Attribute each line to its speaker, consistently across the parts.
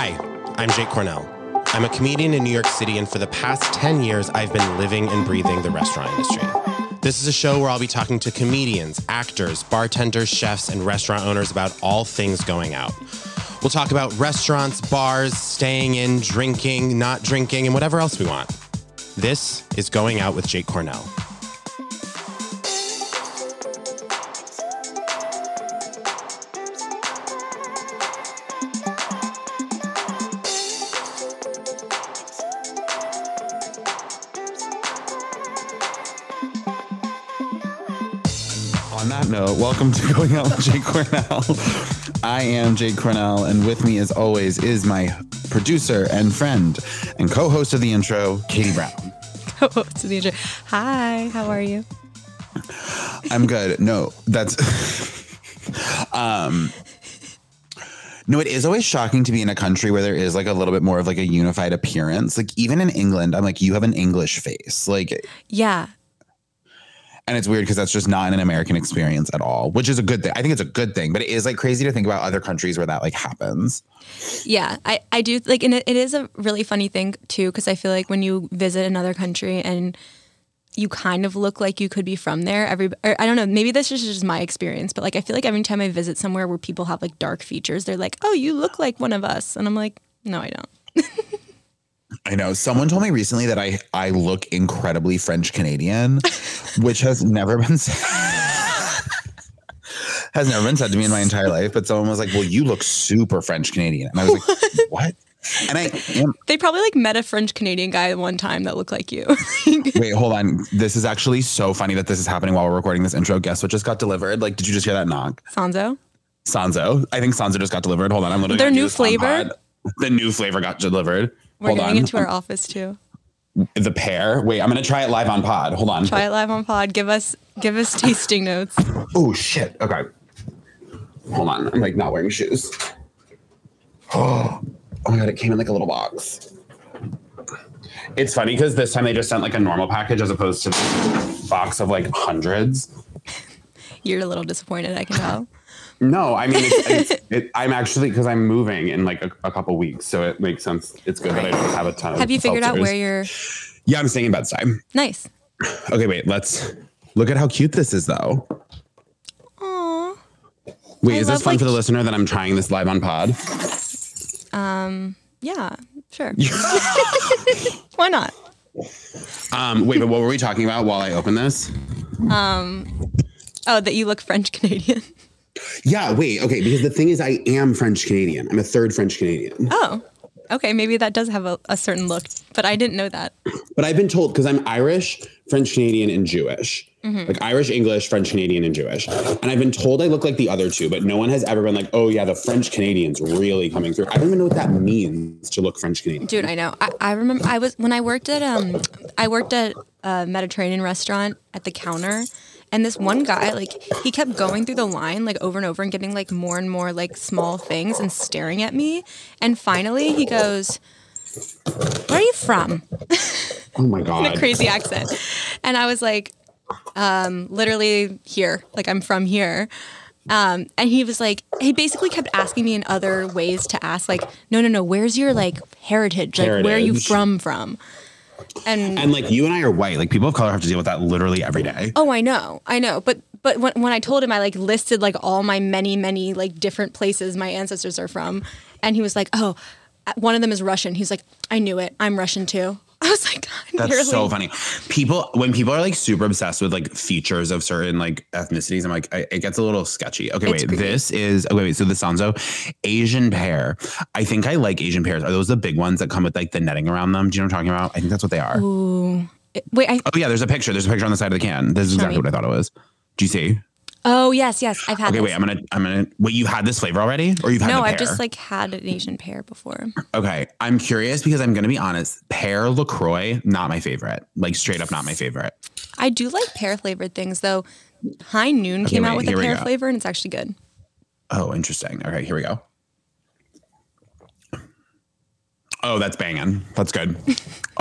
Speaker 1: I'm Jake Cornell. I'm a comedian in New York City, and for the past 10 years, I've been living and breathing the restaurant industry. This is a show where I'll be talking to comedians, actors, bartenders, chefs, and restaurant owners about all things going out. We'll talk about restaurants, bars, staying in, drinking, not drinking, and whatever else we want. This is Going Out with Jake Cornell.
Speaker 2: On that note, welcome to Going Out with Jake Cornell. I am Jake Cornell, and with me, as always, is my producer and friend and co host of the intro, Katie Brown.
Speaker 3: co-host of the intro. Hi, how are you?
Speaker 2: I'm good. No, that's. um, no, it is always shocking to be in a country where there is like a little bit more of like a unified appearance. Like, even in England, I'm like, you have an English face. Like,
Speaker 3: Yeah,
Speaker 2: and it's weird because that's just not an American experience at all, which is a good thing. I think it's a good thing, but it is like crazy to think about other countries where that like happens.
Speaker 3: yeah. I, I do like, and it, it is a really funny thing too, because I feel like when you visit another country and you kind of look like you could be from there. Every or I don't know, maybe this is just my experience, but like I feel like every time I visit somewhere where people have like dark features, they're like, "Oh, you look like one of us," and I'm like, "No, I don't."
Speaker 2: I know. Someone told me recently that I I look incredibly French Canadian, which has never been said. has never been said to me in my entire life. But someone was like, "Well, you look super French Canadian," and I was like, "What?" And I am.
Speaker 3: They probably like met a French Canadian guy one time that looked like you.
Speaker 2: Wait, hold on. This is actually so funny that this is happening while we're recording this intro. Guess what just got delivered? Like, did you just hear that knock?
Speaker 3: Sanzo.
Speaker 2: Sanzo. I think Sanzo just got delivered. Hold on. I'm literally.
Speaker 3: Their
Speaker 2: gonna do
Speaker 3: new
Speaker 2: this on
Speaker 3: flavor?
Speaker 2: pod. The new flavor got delivered.
Speaker 3: We're
Speaker 2: hold
Speaker 3: getting
Speaker 2: on.
Speaker 3: it to our office too.
Speaker 2: the pear. Wait, I'm gonna try it live on pod. Hold on.
Speaker 3: Try it live on pod. Give us give us tasting notes.
Speaker 2: Oh shit. Okay. Hold on. I'm like not wearing shoes. Oh, oh my god, it came in like a little box. It's funny because this time they just sent like a normal package as opposed to this box of like hundreds.
Speaker 3: You're a little disappointed, I can tell.
Speaker 2: No, I mean, it's, it's, it, I'm actually because I'm moving in like a, a couple weeks, so it makes sense. It's good that I don't have a ton. of
Speaker 3: Have you figured out
Speaker 2: seltzers.
Speaker 3: where you're
Speaker 2: Yeah, I'm staying in Bedtime.
Speaker 3: nice?
Speaker 2: Okay, wait. Let's look at how cute this is, though.
Speaker 3: Aw.
Speaker 2: Wait,
Speaker 3: I
Speaker 2: is this
Speaker 3: love,
Speaker 2: fun
Speaker 3: like-
Speaker 2: for the listener that I'm trying this live on pod?
Speaker 3: Yeah, sure. Why not?
Speaker 2: Um, wait, but what were we talking about while I open this?
Speaker 3: Oh, that you look French Canadian.
Speaker 2: Yeah, wait, okay, because the thing is, I am French Canadian. I'm a third French Canadian.
Speaker 3: Oh. Okay, maybe that does have a, a certain look, but I didn't know that.
Speaker 2: But I've been told because I'm Irish, French Canadian, and Jewish. Like Irish, English, French Canadian, and Jewish. And I've been told I look like the other two, but no one has ever been like, oh, yeah, the French Canadian's really coming through. I don't even know what that means to look French Canadian.
Speaker 3: Dude, I know. I, I remember I was when I worked at um I worked at a Mediterranean restaurant at the counter and this one guy like he kept going through the line like over and over and getting like more and more like small things and staring at me and finally he goes Where are you from?
Speaker 2: Oh my
Speaker 3: in
Speaker 2: God.
Speaker 3: a crazy accent. And I was like, um, literally here, like I'm from here. Um, and he was like, he basically kept asking me in other ways to ask, like, no, no, no, where's your like heritage? Like, where are you
Speaker 2: Heritage.
Speaker 3: from? From? And,
Speaker 2: and like you and I are white. Like people of color have to deal with that literally every day.
Speaker 3: oh, I know, I know. But but when when I told him, I like listed like all my many many like different places my ancestors are from, and he was like, oh, one of them is Russian. He's like, I knew it. I'm Russian too. I was like, I
Speaker 2: That's
Speaker 3: nearly
Speaker 2: so funny. People, when people are like super obsessed with like features of certain like ethnicities, I'm like, I, it gets a little sketchy. Okay,
Speaker 3: It's
Speaker 2: wait,
Speaker 3: creepy.
Speaker 2: this is, okay, wait, so the Sanzo Asian pear. I think I like Asian pears. Are those the big ones that come with like the netting around them? Do you know what I'm talking about? I think that's what they are.
Speaker 3: Wait, I,
Speaker 2: Oh, yeah, there's a picture. There's a picture on the side of the can. This is
Speaker 3: Show
Speaker 2: exactly
Speaker 3: me.
Speaker 2: what I thought it was. Do you see?
Speaker 3: oh yes, yes, I've had.
Speaker 2: Okay,
Speaker 3: this.
Speaker 2: wait, I'm gonna, I'm gonna, wait, you had this flavor already? Or you've had
Speaker 3: No,
Speaker 2: the
Speaker 3: I've
Speaker 2: pear?
Speaker 3: just like had an Asian pear before.
Speaker 2: Okay, I'm curious because I'm gonna be honest. Pear LaCroix, not my favorite. Like straight up, not my favorite.
Speaker 3: I do like pear flavored things though. High Noon came
Speaker 2: wait,
Speaker 3: out with a
Speaker 2: here we
Speaker 3: pear
Speaker 2: go.
Speaker 3: flavor and it's actually good.
Speaker 2: Oh, interesting. Okay, here we go. Oh, that's banging. That's good.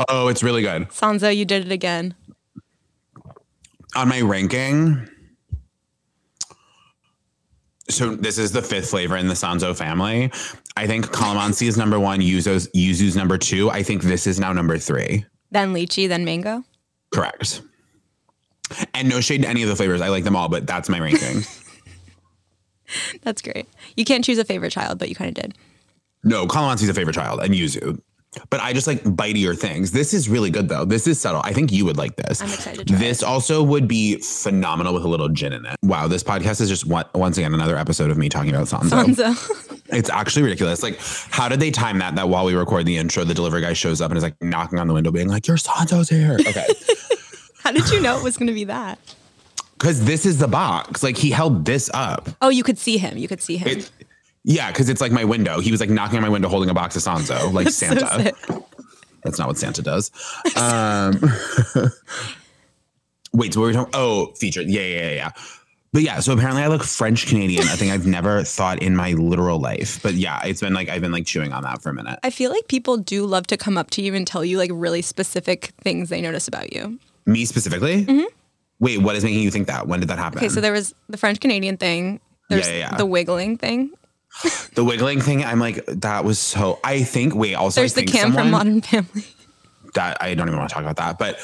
Speaker 2: oh, it's really good.
Speaker 3: Sanzo, you did it again.
Speaker 2: On my ranking, so this is the fifth flavor in the Sanzo family. I think calamansi is number one, yuzu's, yuzu's number two. I think this is now number three.
Speaker 3: Then lychee, then mango.
Speaker 2: Correct. And no shade to any of the flavors. I like them all, but that's my ranking.
Speaker 3: That's great. You can't choose a favorite child, but you kind of did.
Speaker 2: no, calamansi's a favorite child and yuzu. But I just like bitier things. This is really good though. This is subtle. I think you would like this.
Speaker 3: I'm excited to try
Speaker 2: This also would be phenomenal with a little gin in it. Wow, this podcast is just one, once again another episode of me talking about Sanzo.
Speaker 3: Bonzo.
Speaker 2: It's actually ridiculous. Like, how did they time that? That while we record the intro, the delivery guy shows up and is like knocking on the window, being like, "Your Sanzo's here." Okay,
Speaker 3: How did you know it was going to be that?
Speaker 2: because this is the box. Like he held this up.
Speaker 3: Oh, you could see him. You could see him.
Speaker 2: It, yeah, because it's like my window. He was like knocking on my window, holding a box of Sanzo, like
Speaker 3: That's so
Speaker 2: Santa.
Speaker 3: sick.
Speaker 2: That's not what Santa does. Um, wait, so what were we talking? Oh, featured. Yeah, yeah, yeah, yeah. But yeah, so apparently I look French Canadian. I think I've never thought in my literal life. But yeah, it's been like I've been like chewing on that for a minute.
Speaker 3: I feel like people do love to come up to you and tell you like really specific things they notice about you.
Speaker 2: Me specifically? Wait, what is making you think that? When did that happen?
Speaker 3: Mm-hmm. Okay, so there was the French Canadian thing. There's
Speaker 2: Um. Yeah, yeah, yeah.
Speaker 3: the wiggling thing.
Speaker 2: the wiggling thing, I'm like, that was so. I think, wait, also, I
Speaker 3: There's the
Speaker 2: think
Speaker 3: cam from
Speaker 2: someone-
Speaker 3: Modern Family.
Speaker 2: that I don't even want to talk about that. But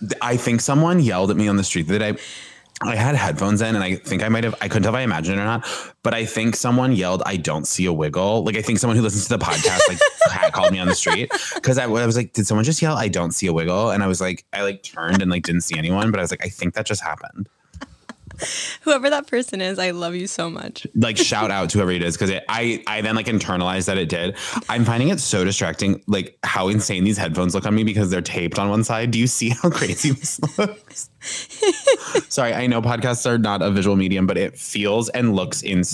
Speaker 2: th- I think someone yelled at me on the street that I I had headphones in, and I think I might have I couldn't tell if I imagined it or not. But I think someone yelled, "I don't see a wiggle." Like I think someone who listens to the podcast like cat called me on the street because I, I was like, "Did someone just yell? I don't see a wiggle?" And I was like, I like turned and like didn't see anyone, but I was like, I think that just happened.
Speaker 3: Whoever that person is, I love you so much.
Speaker 2: like shout out to whoever it is because I I then like internalized that it did. I'm finding it so distracting, like how insane these headphones look on me because they're taped on one side. Do you see how crazy this looks? Sorry, I know podcasts are not a visual medium, but it feels and looks in.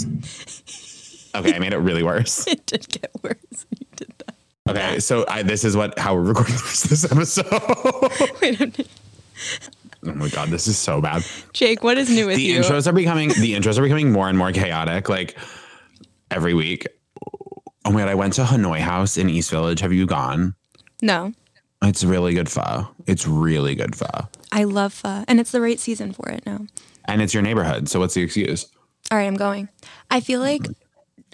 Speaker 2: Okay, I made it really worse.
Speaker 3: It did get worse. when You did that.
Speaker 2: Okay, so I, this is what how we're recording the rest of this episode. oh
Speaker 3: Wait, I'm,
Speaker 2: my god, this is so bad.
Speaker 3: Jake, what is new with
Speaker 2: the
Speaker 3: you?
Speaker 2: intros are becoming the intros are becoming more and more chaotic like every week oh my god i went to hanoi house in east village have you gone
Speaker 3: no,
Speaker 2: it's really good pho it's really good pho
Speaker 3: I love pho, and it's the right season for it now.
Speaker 2: and it's your neighborhood so what's the excuse
Speaker 3: All right, I'm going. I feel like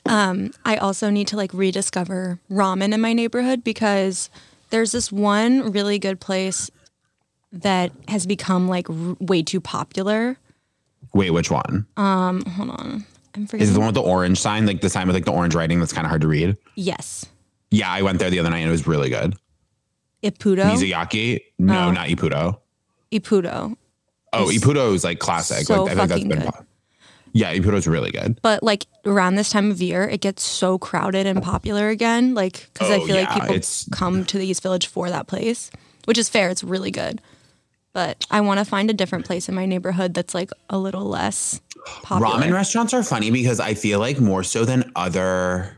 Speaker 3: um, I also need to like rediscover ramen in my neighborhood because there's this one really good place that has become like r- way too popular.
Speaker 2: wait which one
Speaker 3: I'm
Speaker 2: is it
Speaker 3: forgetting.
Speaker 2: the one with the orange sign like the sign with like the orange writing that's kind of hard to read
Speaker 3: yes,
Speaker 2: yeah i went there the other night and it was really good
Speaker 3: Ipudo.
Speaker 2: mizuyaki no not ipudo
Speaker 3: Ipudo.
Speaker 2: oh
Speaker 3: Oh. It's
Speaker 2: ipudo is like classic
Speaker 3: so
Speaker 2: like i think that's
Speaker 3: fucking
Speaker 2: been
Speaker 3: good.
Speaker 2: pop- yeah ipudo's really good
Speaker 3: But like around this time of year, it gets so crowded and popular again. Like because I
Speaker 2: Oh,
Speaker 3: feel
Speaker 2: yeah,
Speaker 3: like people
Speaker 2: it's-
Speaker 3: come to the East Village for that place, which is fair. It's really good. But I want to find a different place in my neighborhood that's like a little less popular.
Speaker 2: Ramen restaurants are funny because I feel like more so than other.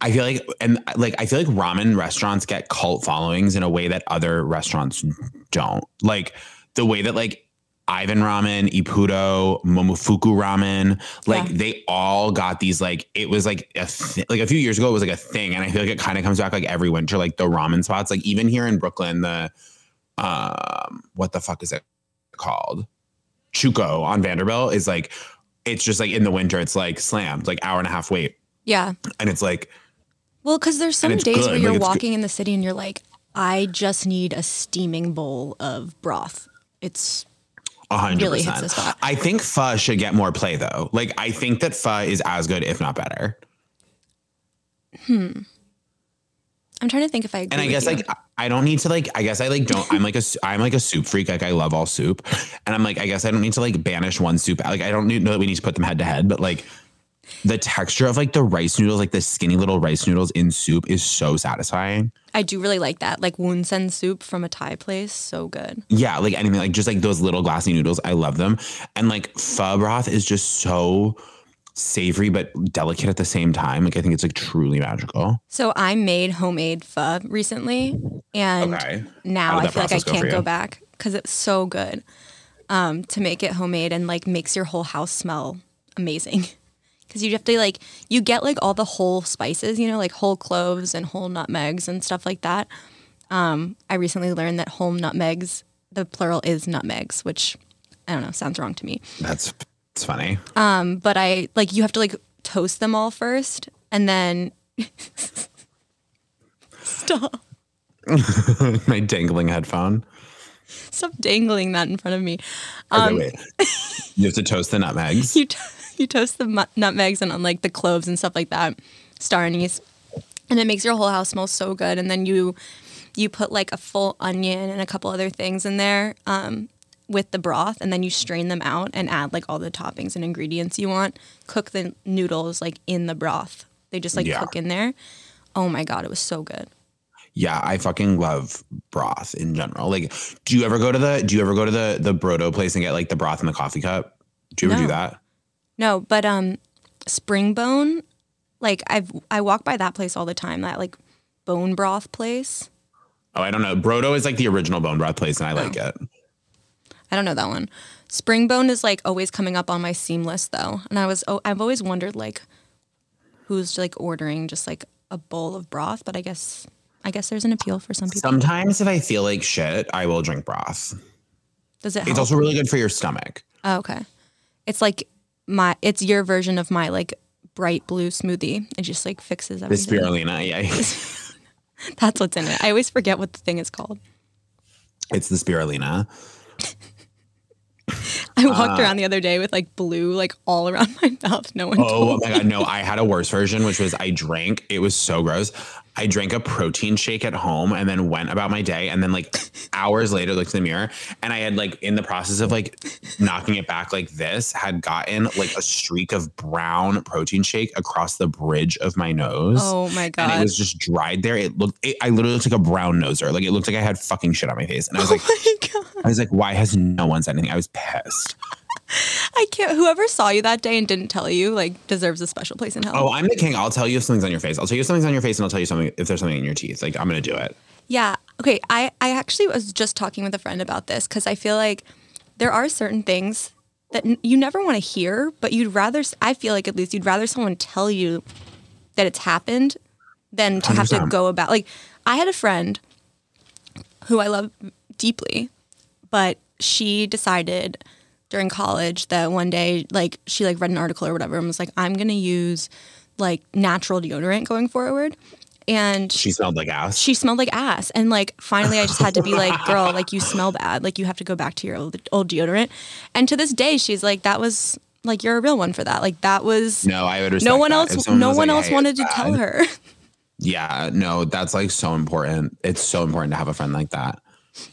Speaker 2: I feel like and like I feel like ramen restaurants get cult followings in a way that other restaurants don't. Like the way that like Ivan Ramen, Ippudo, Momofuku Ramen, like
Speaker 3: Yeah.
Speaker 2: they all got these like it was like a th- like a few years ago it was like a thing and I feel like it kind of comes back like every winter like the ramen spots like even here in Brooklyn the um what the fuck is it called? Chuco on Vanderbilt is like, it's just like in the winter, it's like slammed, like hour and a half wait.
Speaker 3: Yeah.
Speaker 2: And it's like,
Speaker 3: Well, because there's some
Speaker 2: it's
Speaker 3: days
Speaker 2: good,
Speaker 3: where
Speaker 2: like,
Speaker 3: you're
Speaker 2: it's good.
Speaker 3: walking in the city and you're like, I just need a steaming bowl of broth. It's
Speaker 2: a hundred
Speaker 3: Really hits the
Speaker 2: percent.
Speaker 3: spot.
Speaker 2: I think pho should get more play though. Like I think that pho is as good, if not better.
Speaker 3: I'm trying to think if I agree.
Speaker 2: And I
Speaker 3: with
Speaker 2: guess
Speaker 3: you.
Speaker 2: like I don't need to like I guess I like don't I'm like a s- I'm like a soup freak. Like I love all soup. And I'm like, I guess I don't need to like banish one soup. Like I don't need, know that we need to put them head to head, but like the texture of like the rice noodles, like the skinny little rice noodles in soup is so satisfying.
Speaker 3: I do really like that. Like sen soup from a Thai place, so good.
Speaker 2: Yeah, like anything, like just like those little glassy noodles. I love them. And like pho broth is just so savory but delicate at the same time. Like I think it's like truly magical.
Speaker 3: So I made homemade pho recently, and
Speaker 2: Okay. How did
Speaker 3: now I
Speaker 2: that
Speaker 3: feel like I
Speaker 2: process go for
Speaker 3: can't go
Speaker 2: you?
Speaker 3: back because it's so good um, to make it homemade and like makes your whole house smell amazing. Because you have to like you get like all the whole spices, you know, like whole cloves and whole nutmegs and stuff like that. Um, I recently learned that whole nutmegs, the plural is nutmegs, which I don't know, sounds wrong to me.
Speaker 2: That's It's funny.
Speaker 3: but I like you have to like toast them all first and then stop
Speaker 2: My dangling headphone.
Speaker 3: stop dangling that in front of me.
Speaker 2: Okay, wait. you have to toast the nutmegs.
Speaker 3: You to- you toast the mu- nutmegs and on like the cloves and stuff like that, star anise, and it makes your whole house smell so good. And then you you put like a full onion and a couple other things in there um, with the broth, and then you strain them out and add like all the toppings and ingredients you want. Cook the noodles like in the broth. They just like
Speaker 2: Yeah.
Speaker 3: cook in there. Oh my god, it was so good.
Speaker 2: Yeah, I fucking love broth in general. Like, do you ever go to the do you ever go to the the brodo place and get like the broth in the coffee cup? Do you ever
Speaker 3: No.
Speaker 2: do that?
Speaker 3: No, but um Springbone, like I've I walk by that place all the time, that like bone broth place.
Speaker 2: Oh, I don't know. Brodo is like the original bone broth place, and I like it.
Speaker 3: I don't know that one. Springbone is like always coming up on my seam list though. And I was oh, I've always wondered like who's like ordering just like a bowl of broth, but I guess I guess there's an appeal for some people.
Speaker 2: Sometimes if I feel like shit, I will drink broth.
Speaker 3: Does it help?
Speaker 2: It's also really good for your stomach.
Speaker 3: oh, okay. It's like my it's your version of my like bright blue smoothie. It just like fixes
Speaker 2: The
Speaker 3: everything.
Speaker 2: spirulina, yeah,
Speaker 3: That's what's in it. I always forget what the thing is called.
Speaker 2: it's the spirulina.
Speaker 3: I walked
Speaker 2: Uh,
Speaker 3: around the other day with like blue like all around my mouth. No one.
Speaker 2: Oh my god, no! I had a worse version, which was I drank. It was so gross. I drank a protein shake at home and then went about my day. And then like hours later, looked in the mirror and I had like in the process of like knocking it back like this, had gotten like a streak of brown protein shake across the bridge of my nose.
Speaker 3: Oh my
Speaker 2: And
Speaker 3: god.
Speaker 2: it was just dried there. It looked. It, I literally looked like a brown noser. Like it looked like I had fucking shit on my face. And I was like,
Speaker 3: oh my god.
Speaker 2: I was like, why has no one said anything? I was pissed.
Speaker 3: I can't. Whoever saw you that day and didn't tell you like deserves a special place in hell.
Speaker 2: Oh, I'm the king. I'll tell you if something's on your face. I'll tell you if something's on your face, and I'll tell you something if there's something in your teeth. Like I'm gonna do it.
Speaker 3: Yeah. Okay. I, I actually was just talking with a friend about this because I feel like there are certain things that n- you never want to hear, but you'd rather, s- I feel like at least you'd rather someone tell you that it's happened than to have to
Speaker 2: 100%.
Speaker 3: go about. Like, I had a friend who I love deeply, but she decided during college that one day, like, she like read an article or whatever and was like, I'm going to use like natural deodorant going forward. And
Speaker 2: She smelled like ass.
Speaker 3: she smelled like ass. And like finally I just had to be like, girl, like you smell bad. Like you have to go back to your old, old deodorant. And to this day she's like, that was like you're a real one for that. Like that was no,
Speaker 2: No, I would. respect
Speaker 3: one
Speaker 2: that. If
Speaker 3: else
Speaker 2: someone
Speaker 3: no
Speaker 2: was
Speaker 3: one
Speaker 2: like,
Speaker 3: else
Speaker 2: "Hey,
Speaker 3: wanted
Speaker 2: it's
Speaker 3: to
Speaker 2: bad,"
Speaker 3: tell her.
Speaker 2: Yeah, no, that's like so important. It's so important to have a friend like that.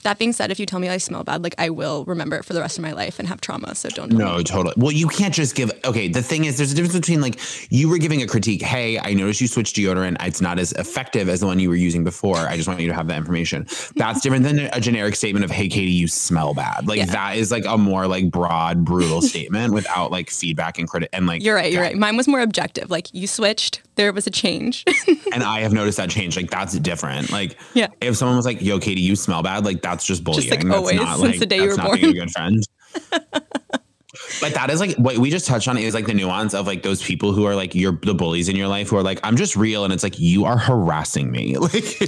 Speaker 3: That being said, if you tell me I smell bad, like I will remember it for the rest of my life and have trauma. So don't tell me.
Speaker 2: No, totally. Well, you can't just give. Okay, the thing is, there's a difference between like you were giving a critique. Hey, I noticed you switched deodorant. It's not as effective as the one you were using before. I just want you to have that information. That's different than a generic statement of Hey, Katie, you smell bad. Like
Speaker 3: Yeah.
Speaker 2: that is like a more like broad, brutal statement without like feedback and credit. And like
Speaker 3: You're right, you're
Speaker 2: yeah.
Speaker 3: right. Mine was more objective. Like you switched, there was a change.
Speaker 2: And I have noticed that change. Like that's different. Like
Speaker 3: Yeah.
Speaker 2: if someone was like, "Yo, Katie, you smell bad," like that's just bullying.
Speaker 3: like,
Speaker 2: that's
Speaker 3: always,
Speaker 2: not
Speaker 3: since
Speaker 2: like
Speaker 3: the day you
Speaker 2: that's
Speaker 3: were
Speaker 2: not
Speaker 3: born.
Speaker 2: being a good friend. but that is like what we just touched on is like the nuance of like those people who are like you're the bullies in your life who are like I'm just real and it's like you are harassing me. Like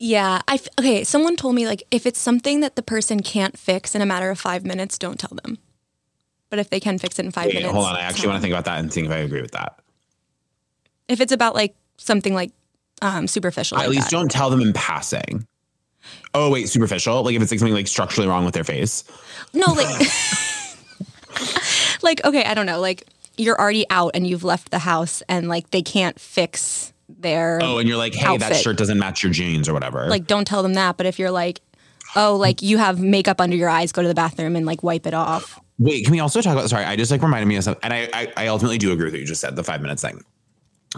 Speaker 3: yeah. I f- okay, someone told me like if it's something that the person can't fix in a matter of five minutes, don't tell them. But if they can fix it in five
Speaker 2: wait,
Speaker 3: minutes.
Speaker 2: hold on, I
Speaker 3: tell
Speaker 2: actually want to think about that and think if I agree with that.
Speaker 3: if it's about like something like um superficial
Speaker 2: At
Speaker 3: like
Speaker 2: least
Speaker 3: that.
Speaker 2: don't tell them in passing. Oh wait, superficial. Like if it's like something like structurally wrong with their face.
Speaker 3: no like like okay i don't know like you're already out and you've left the house and like they can't fix their
Speaker 2: Oh, and you're like, hey, that
Speaker 3: Outfit.
Speaker 2: shirt doesn't match your jeans or whatever.
Speaker 3: like don't tell them that but if you're like oh like you have makeup under your eyes go to the bathroom and like wipe it off
Speaker 2: Wait, can we also talk about? Sorry, I just like reminded me of something, and I, I I ultimately do agree with what you just said, the five minutes thing.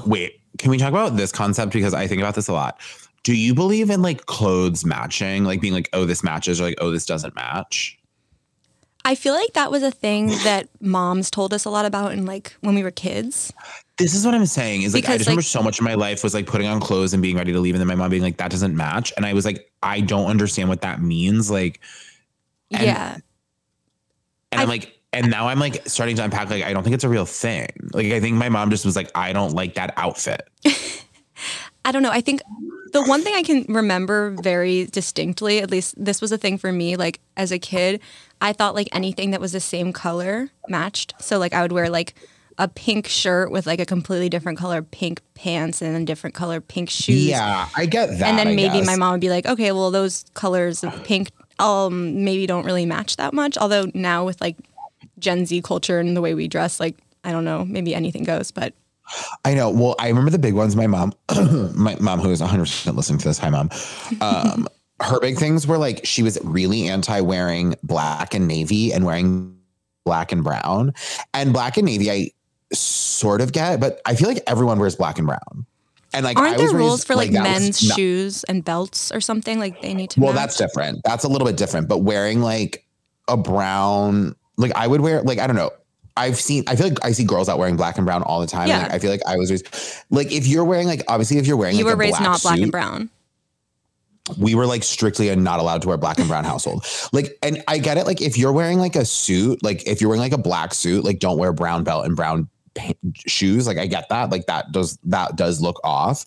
Speaker 2: Wait, can we talk about this concept because I think about this a lot. Do you believe in like clothes matching, like being like, oh, this matches, or like, oh, this doesn't match?
Speaker 3: i feel like that was a thing that moms told us a lot about in like when we were kids
Speaker 2: This is what I'm saying is like I
Speaker 3: Because,
Speaker 2: just remember
Speaker 3: like-
Speaker 2: so much of my life was like putting on clothes and being ready to leave, and then my mom being like, that doesn't match, and I was like, I don't understand what that means, like, And-
Speaker 3: yeah
Speaker 2: and I, am like. And now I'm like starting to unpack. Like I don't think it's a real thing. Like I think my mom just was like, I don't like that outfit.
Speaker 3: I don't know. I think the one thing I can remember very distinctly, at least this was a thing for me, like as a kid, I thought like anything that was the same color matched. So like I would wear like a pink shirt with like a completely different color pink pants and then different color pink shoes.
Speaker 2: Yeah, I get that.
Speaker 3: And then
Speaker 2: I
Speaker 3: maybe
Speaker 2: guess.
Speaker 3: my mom would be like, okay, well those colors of pink um maybe don't really match that much. Although now with like Gen Z culture and the way we dress, like I don't know, maybe anything goes, but
Speaker 2: I know. Well, I remember the big ones. My mom, my mom, who is 100% listening to this, hi, mom. Um, her big things were like she was really anti wearing black and navy and wearing black and brown. And black and navy, I sort of get, but I feel like everyone wears black and brown. And like, I
Speaker 3: Aren't
Speaker 2: was
Speaker 3: there rules
Speaker 2: raised-
Speaker 3: for like,
Speaker 2: that was
Speaker 3: men's
Speaker 2: not-
Speaker 3: shoes and belts or something? Like they need to.
Speaker 2: Well,
Speaker 3: match?
Speaker 2: that's different. That's a little bit different. But wearing like a brown, like I would wear, like I don't know. I've seen. I feel like I see girls out wearing black and brown all the time. and,
Speaker 3: Yeah.
Speaker 2: like, I feel like I was raised. Like if you're wearing, like obviously if you're wearing,
Speaker 3: you
Speaker 2: like,
Speaker 3: were
Speaker 2: a
Speaker 3: raised not black
Speaker 2: suit,
Speaker 3: and brown.
Speaker 2: We were like strictly not allowed to wear black and brown household. Like, and I get it. Like if you're wearing like a suit, like if you're wearing like a black suit, like don't wear brown belt and brown pa- shoes. Like I get that. Like that does that does look off.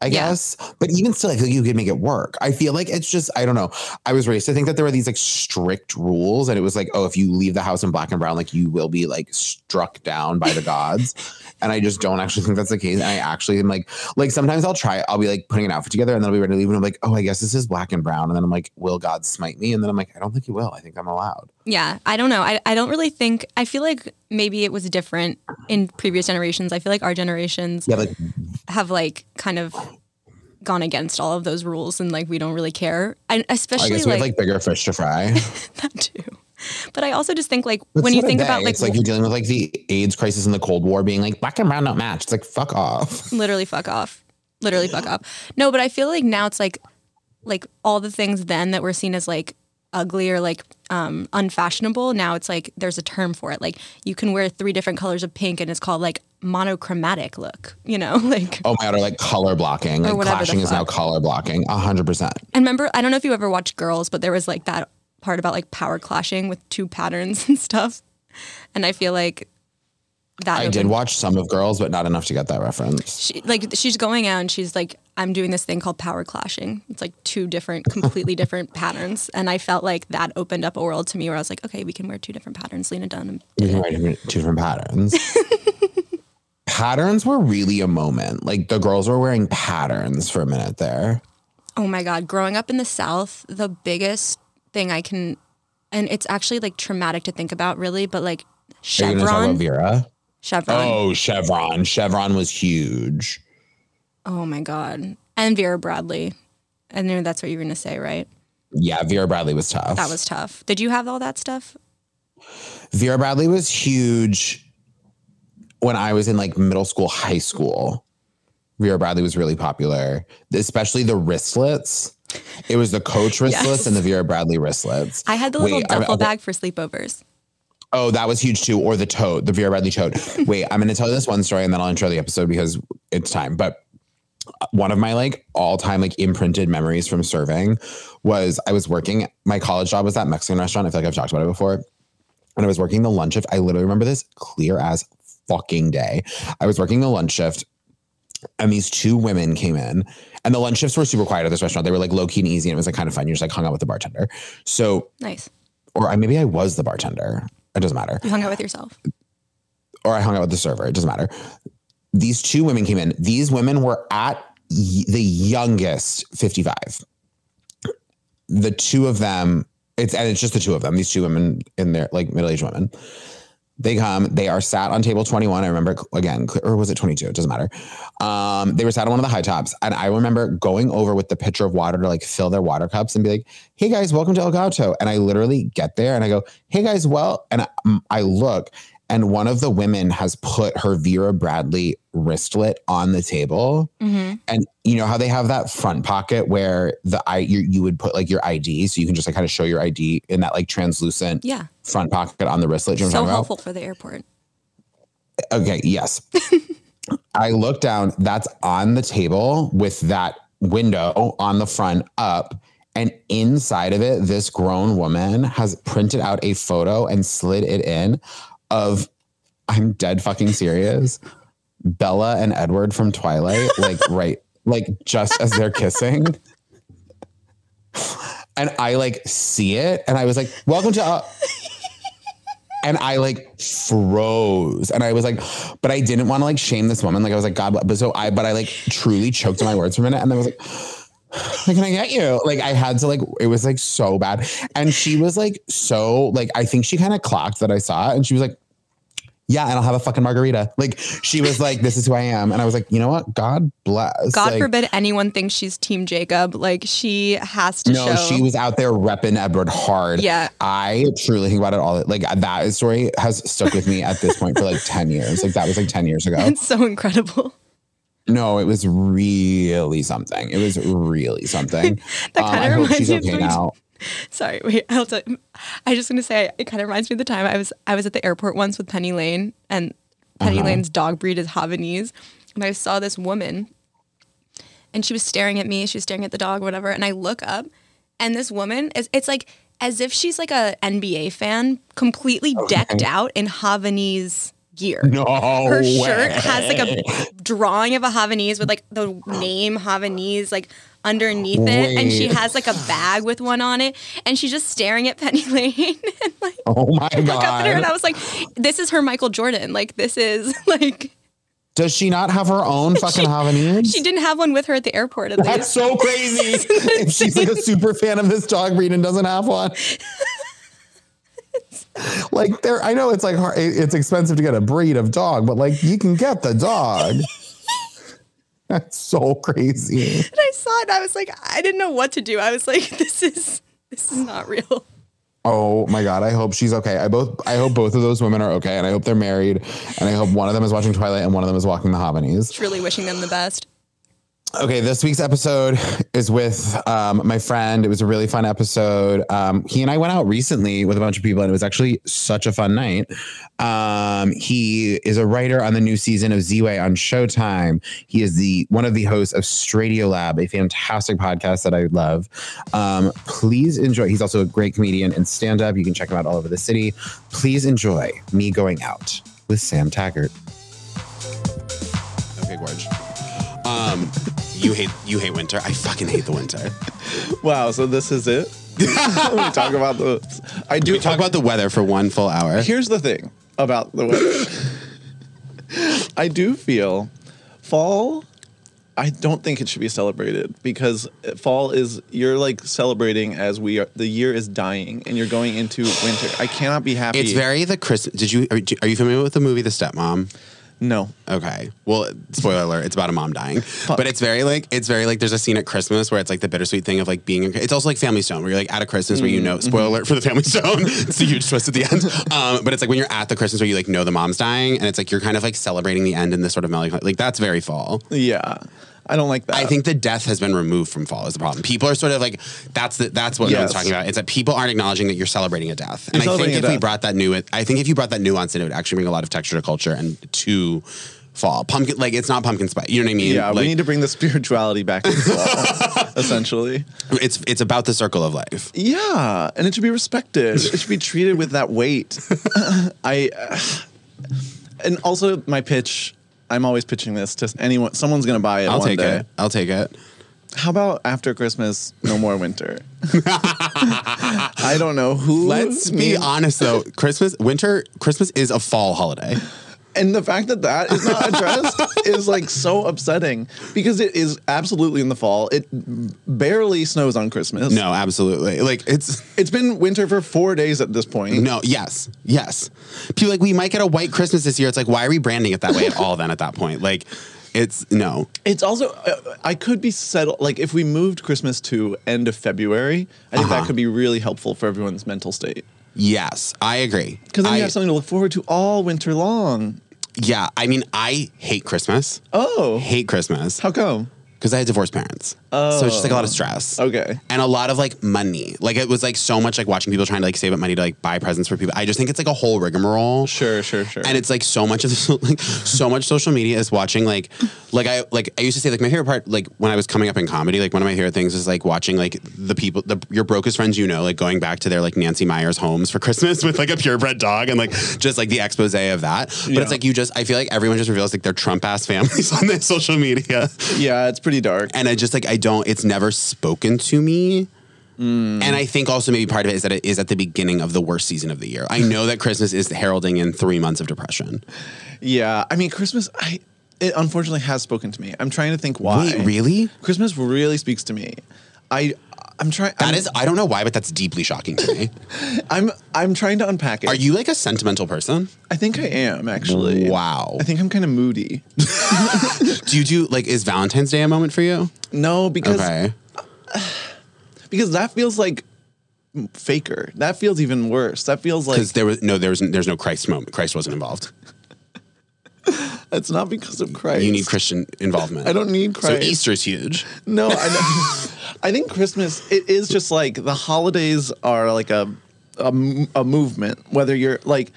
Speaker 2: I
Speaker 3: Yeah.
Speaker 2: guess, but even still, I feel like you could make it work. I feel like it's just I don't know. I was raised to think that there were these like strict rules, and it was like, oh, if you leave the house in black and brown, like you will be like struck down by the gods. and I just don't actually think that's the case. And I actually am like, like sometimes I'll try, I'll be like putting an outfit together, and then I'll be ready to leave, and I'm like, oh, I guess this is black and brown, and then I'm like, will God smite me? And then I'm like, I don't think He will. I think I'm allowed.
Speaker 3: Yeah, I don't know. I, I don't really think. I feel like maybe it was different in previous generations. I feel like our generations
Speaker 2: Yeah, like
Speaker 3: have like kind of gone against all of those rules and like we don't really care. And
Speaker 2: I
Speaker 3: especially
Speaker 2: guess we
Speaker 3: like,
Speaker 2: have like bigger fish to fry.
Speaker 3: that too. But I also just think like
Speaker 2: It's
Speaker 3: when you
Speaker 2: not a
Speaker 3: think about
Speaker 2: thing.
Speaker 3: like,
Speaker 2: it's like you're dealing with like the AIDS crisis and the Cold War, being like black and brown don't match. It's like fuck off.
Speaker 3: literally fuck off literally fuck off no but i feel like now it's like like all the things then that were seen as like ugly or like um unfashionable now it's like there's a term for it like you can wear three different colors of pink and it's called like monochromatic look you know like
Speaker 2: Oh my god, or like color blocking. Like
Speaker 3: whatever the
Speaker 2: clashing is now color blocking. A hundred percent.
Speaker 3: and remember i don't know if you ever watched girls but there was like that part about like power clashing with two patterns and stuff and i feel like that
Speaker 2: I
Speaker 3: opened
Speaker 2: did watch some of Girls, but not enough to get that reference.
Speaker 3: she like she's going out and she's like i'm doing this thing called power clashing it's like two different completely different patterns and i felt like that opened up a world to me where i was like okay we can wear two different patterns lena dunham
Speaker 2: You can write different- two different patterns. patterns were really a moment. Like the girls were wearing patterns for a minute there.
Speaker 3: oh my god growing up in the south the biggest thing i can and it's actually like traumatic to think about really but like
Speaker 2: Are you gonna talk about
Speaker 3: chevron
Speaker 2: Vera?
Speaker 3: chevron oh.
Speaker 2: Oh, Chevron. Chevron was huge.
Speaker 3: Oh my god and vera bradley i knew that's what you were gonna say right
Speaker 2: Yeah, Vera Bradley was tough.
Speaker 3: that was tough did you have all that stuff
Speaker 2: Vera Bradley was huge when I was in like middle school, high school. Vera Bradley was really popular, especially the wristlets. It was the Coach wristlets and the Vera Bradley wristlets.
Speaker 3: i had the little
Speaker 2: Wait, I-
Speaker 3: duffel
Speaker 2: I-
Speaker 3: bag for sleepovers
Speaker 2: Oh, that was huge too. Or the tote, the Vera Bradley tote. Wait, I'm going to tell you this one story and then I'll intro the episode because it's time. But uh, one of my like all time like imprinted memories from serving was I was working, my college job was that Mexican restaurant. I feel like I've talked about it before. And I was working the lunch shift. I literally remember this clear as fucking day. I was working the lunch shift and these two women came in and the lunch shifts were super quiet at this restaurant. They were like low key and easy and it was like kind of fun. You just like hung out with the bartender. So,
Speaker 3: nice
Speaker 2: or I, maybe I was the bartender. It doesn't matter
Speaker 3: you hung out with yourself
Speaker 2: or I hung out with the server. It doesn't matter. These two women came in. These women were at y- the youngest 55. The two of them, it's and it's just the two of them, these two women in their like middle-aged women. They come, they are sat on table 21. I remember again, or was it 22? It doesn't matter. Um, they were sat on one of the high tops. And I remember going over with the pitcher of water to like fill their water cups and be like, hey guys, welcome to El Gato. And I literally get there and I go, hey guys, well, and I, I look and one of the women has put her Vera Bradley wristlet on the table.
Speaker 3: mm-hmm.
Speaker 2: And you know how they have that front pocket where the I you, you would put like your ID, so you can just like kind of show your ID in that like translucent
Speaker 3: yeah
Speaker 2: front pocket on the wristlet. Do you know
Speaker 3: so
Speaker 2: what I'm talking about?
Speaker 3: helpful for the airport.
Speaker 2: Okay, yes. I look down, that's on the table with that window on the front up. And inside of it, this grown woman has printed out a photo and slid it in of, I'm dead fucking serious, Bella and Edward from Twilight, like right like just as they're kissing. And I like see it and I was like, welcome to uh, and I like froze. And I was like, but I didn't want to like shame this woman. Like I was like, God, bless- but so I, but I like truly choked on my words for a minute. And then I was like, like, can I get you? Like I had to like, it was like so bad. And she was like, so like, I think she kind of clocked that I saw it. And she was like, yeah, and I'll have a fucking margarita. Like she was like, this is who I am. And I was like, you know what? God bless.
Speaker 3: God
Speaker 2: Like,
Speaker 3: forbid anyone thinks she's Team Jacob. Like she has to
Speaker 2: No,
Speaker 3: show.
Speaker 2: she was out there repping Edward hard.
Speaker 3: Yeah.
Speaker 2: I truly think about it all. Like that story has stuck with me at this point for like 10 years. Like that was like 10 years ago.
Speaker 3: It's so incredible.
Speaker 2: No, it was really something. It was really something.
Speaker 3: That
Speaker 2: Um,
Speaker 3: kinda
Speaker 2: I hope
Speaker 3: reminds
Speaker 2: she's
Speaker 3: me of
Speaker 2: okay
Speaker 3: something-
Speaker 2: now.
Speaker 3: Sorry, wait. I'll tell I just gonna say it kind of reminds me of the time I was I was at the airport once with Penny Lane, and Penny
Speaker 2: Uh-huh.
Speaker 3: Lane's dog breed is Havanese, and I saw this woman, and she was staring at me. She was staring at the dog, whatever. And I look up, and this woman is it's like as if she's like a NBA fan, completely decked out in Havanese gear.
Speaker 2: No.
Speaker 3: her
Speaker 2: way.
Speaker 3: shirt has like a drawing of a Havanese with like the name Havanese like underneath it, and she
Speaker 2: Wait.
Speaker 3: has like a bag with one on it, and she's just staring at Penny Lane and like
Speaker 2: Oh my
Speaker 3: look up at her, and I
Speaker 2: god.
Speaker 3: was like, "This is her Michael Jordan. Like this is like
Speaker 2: Does she not have her own fucking Havanese?
Speaker 3: she didn't have one with her at the airport at
Speaker 2: That's
Speaker 3: least."
Speaker 2: so crazy. if she's like a super fan of this dog breed and doesn't have one. like there I know it's like hard, it- it's expensive to get a breed of dog, but like you can get the dog. That's so crazy.
Speaker 3: And I saw it, and I was like, I didn't know what to do. I was like, "This is this is not real."
Speaker 2: Oh my god, I hope she's okay. I both I hope both of those women are okay and I hope they're married and I hope one of them is watching Twilight and one of them is walking the Havanese.
Speaker 3: Truly wishing them the best.
Speaker 2: Okay, this week's episode is with um, my friend. It was a really fun episode. Um, he and I went out recently with a bunch of people, and it was actually such a fun night. Um, he is a writer on the new season of Z-Way on Showtime. He is the one of the hosts of Stradio Lab, a fantastic podcast that I love. Um, please enjoy. He's also a great comedian and stand-up. You can check him out all over the city. Please enjoy me going out with Sam Taggart.
Speaker 1: Okay, Gorge. Um, you hate you hate winter. I fucking hate the winter.
Speaker 4: Wow, so this is it? we talk about the. I do
Speaker 1: We talk about the weather for one full hour.
Speaker 4: Here's the thing about the weather. I do feel fall. I don't think it should be celebrated because fall is you're like celebrating as we are. The year is dying and you're going into winter. I cannot be happy.
Speaker 1: It's very the Christmas. Did you are, you- are you familiar with the movie The Stepmom?
Speaker 4: no.
Speaker 1: Okay. Well, spoiler alert, it's about a mom dying. But it's very like it's very like there's a scene at Christmas where it's like the bittersweet thing of like being it's also like Family Stone where you're like at a Christmas where you know spoiler alert for the Family Stone. it's a huge twist at the end. Um, but it's like when you're at the Christmas where you like know the mom's dying and it's like you're kind of like celebrating the end in this sort of melancholy. Like that's very fall.
Speaker 4: Yeah, I don't like that.
Speaker 1: I think the death has been removed from fall is the problem. People are sort of like that's the, that's what everyone's
Speaker 4: Yes.
Speaker 1: talking about. It's that people aren't acknowledging that you're celebrating a death. And
Speaker 4: You're
Speaker 1: I think
Speaker 4: celebrating
Speaker 1: if
Speaker 4: a
Speaker 1: we
Speaker 4: death.
Speaker 1: brought that new, I think if you brought that nuance in, it would actually bring a lot of texture to culture and to fall. Pumpkin, like it's not pumpkin spice. You know what I mean?
Speaker 4: yeah,
Speaker 1: like,
Speaker 4: we need to bring the spirituality back into fall, essentially.
Speaker 1: It's it's about the circle of life.
Speaker 4: Yeah, and it should be respected. it should be treated with that weight. I uh, and also my pitch. I'm always pitching this to anyone. Someone's gonna buy it.
Speaker 1: I'll
Speaker 4: one
Speaker 1: take
Speaker 4: day.
Speaker 1: it. I'll take it.
Speaker 4: How about after Christmas, no more winter? I don't know who.
Speaker 1: Let's be honest though. Christmas, winter, Christmas is a fall holiday.
Speaker 4: And the fact that that is not addressed is like so upsetting because it is absolutely in the fall. It barely snows on Christmas.
Speaker 1: No, absolutely. Like it's
Speaker 4: it's been winter for four days at this point.
Speaker 1: No, yes, yes. People are like we might get a white Christmas this year. It's like why are we branding it that way at all? Then at that point, like it's no.
Speaker 4: It's also uh, I could be settled like if we moved Christmas to end of February, I think
Speaker 1: Uh-huh.
Speaker 4: that could be really helpful for everyone's mental state
Speaker 1: Yes, I agree.
Speaker 4: because then
Speaker 1: I,
Speaker 4: you have something to look forward to all winter long.
Speaker 1: Yeah, I mean, I hate Christmas.
Speaker 4: Oh,
Speaker 1: Hate Christmas
Speaker 4: how come?
Speaker 1: because I had divorced parents.
Speaker 2: So it's just like a lot of stress.
Speaker 4: Oh. Okay.
Speaker 2: And a lot of like money. Like it was like so much like watching people trying to like save up money to like buy presents for people. I just think it's like a whole rigmarole.
Speaker 4: Sure, sure, sure.
Speaker 2: And it's like so much of this, like so much social media is watching like like I like I used to say like my favorite part like when I was coming up in comedy like one of my favorite things is like watching like the people the your brokest friends you know like going back to their like Nancy Myers homes for Christmas with like a purebred dog and like just like the expose of that. But
Speaker 4: Yeah.
Speaker 2: it's like you just I feel like everyone just reveals like their Trump ass families on their social media
Speaker 4: yeah, it's pretty dark.
Speaker 2: and I just like I don't. It's never spoken to me. And I think also maybe part of it is that it is at the beginning of the worst season of the year. I know that Christmas is heralding in three months of depression.
Speaker 4: Yeah, I mean Christmas. I it unfortunately has spoken to me. I'm trying to think why.
Speaker 2: Wait, really?
Speaker 4: Christmas really speaks to me. I I'm trying.
Speaker 2: That
Speaker 4: I'm,
Speaker 2: is, I don't know why, but that's deeply shocking to me.
Speaker 4: I'm I'm trying to unpack it.
Speaker 2: Are you like a sentimental person?
Speaker 4: I think I am actually.
Speaker 2: Wow.
Speaker 4: I think I'm kind of moody.
Speaker 2: Do you do like is Valentine's Day a moment for you?
Speaker 4: No, because
Speaker 2: Okay.
Speaker 4: because that feels like faker. That feels even worse. That feels like
Speaker 2: Because there was no there was there's no Christ moment. Christ wasn't involved.
Speaker 4: it's not because of Christ.
Speaker 2: You need Christian involvement.
Speaker 4: I don't need Christ.
Speaker 2: So Easter's huge.
Speaker 4: No, I, know. I think Christmas. It is just like the holidays are like a, a m- a movement. Whether you're like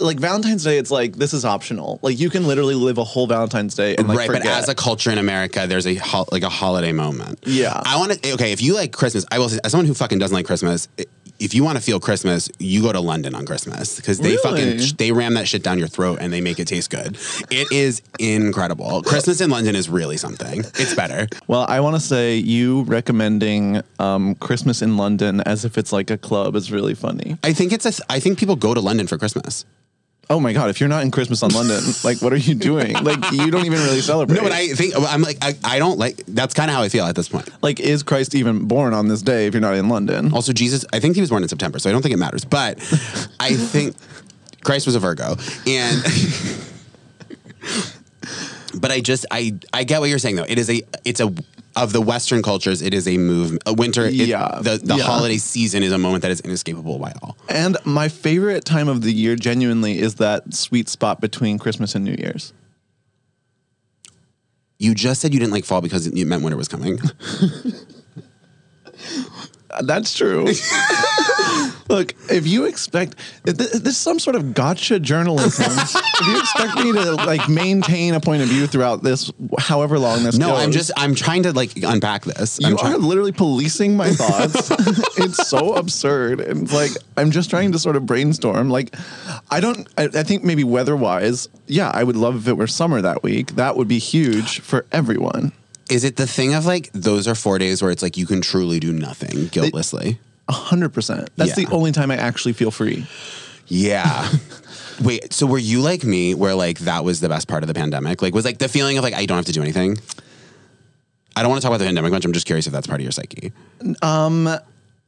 Speaker 4: like Valentine's Day, it's like this is optional. Like you can literally live a whole Valentine's Day and like
Speaker 2: right,
Speaker 4: forget.
Speaker 2: but as a culture in America, there's a hol- like a holiday moment.
Speaker 4: Yeah.
Speaker 2: I want to. Okay, if you like Christmas, I will say, as someone who fucking doesn't like Christmas, i- if you want to feel Christmas, you go to London on Christmas because they fucking
Speaker 4: Really?
Speaker 2: sh- they ram that shit down your throat and they make it taste good. It is incredible. Christmas in London is really something. It's better.
Speaker 4: well, I want to say you recommending um, Christmas in London as if it's like a club is really funny.
Speaker 2: I think it's a. Th- I think people go to London for Christmas.
Speaker 4: Oh my god! If you're not in Christmas on London, like what are you doing? Like you don't even really celebrate.
Speaker 2: No, but I think I'm like I, I don't like. That's kind of how I feel at this point.
Speaker 4: like is Christ even born on this day if you're not in London?
Speaker 2: Also, Jesus, I think he was born in September, so I don't think it matters. But I think Christ was a Virgo, and but I just I I get what you're saying though. It is a it's a of the Western cultures, it is a move. A winter, it-
Speaker 4: Yeah.
Speaker 2: The the
Speaker 4: Yeah.
Speaker 2: holiday season is a moment that is inescapable by all.
Speaker 4: And my favorite time of the year, genuinely, is that sweet spot between Christmas and New Year's.
Speaker 2: You just said you didn't like fall because it meant winter was coming.
Speaker 4: Uh, That's true. Look, if you expect if th- this is some sort of gotcha journalism. if you expect me to like maintain a point of view throughout this, however long this
Speaker 2: No,
Speaker 4: goes,
Speaker 2: I'm just I'm trying to like unpack this. I'm
Speaker 4: You
Speaker 2: trying-
Speaker 4: are literally policing my thoughts. it's so absurd. And it's like, I'm just trying to sort of brainstorm. Like, I don't, I, I think maybe weather wise, yeah, I would love if it were summer that week. That would be huge for everyone.
Speaker 2: is it the thing of like those are four days where it's like you can truly do nothing guiltlessly?
Speaker 4: A hundred percent. That's
Speaker 2: Yeah.
Speaker 4: the only time I actually feel free.
Speaker 2: Yeah. Wait, so were you like me where like that was the best part of the pandemic? Like was like the feeling of like I don't have to do anything? I don't want to talk about the pandemic much. I'm just curious if that's part of your psyche. Um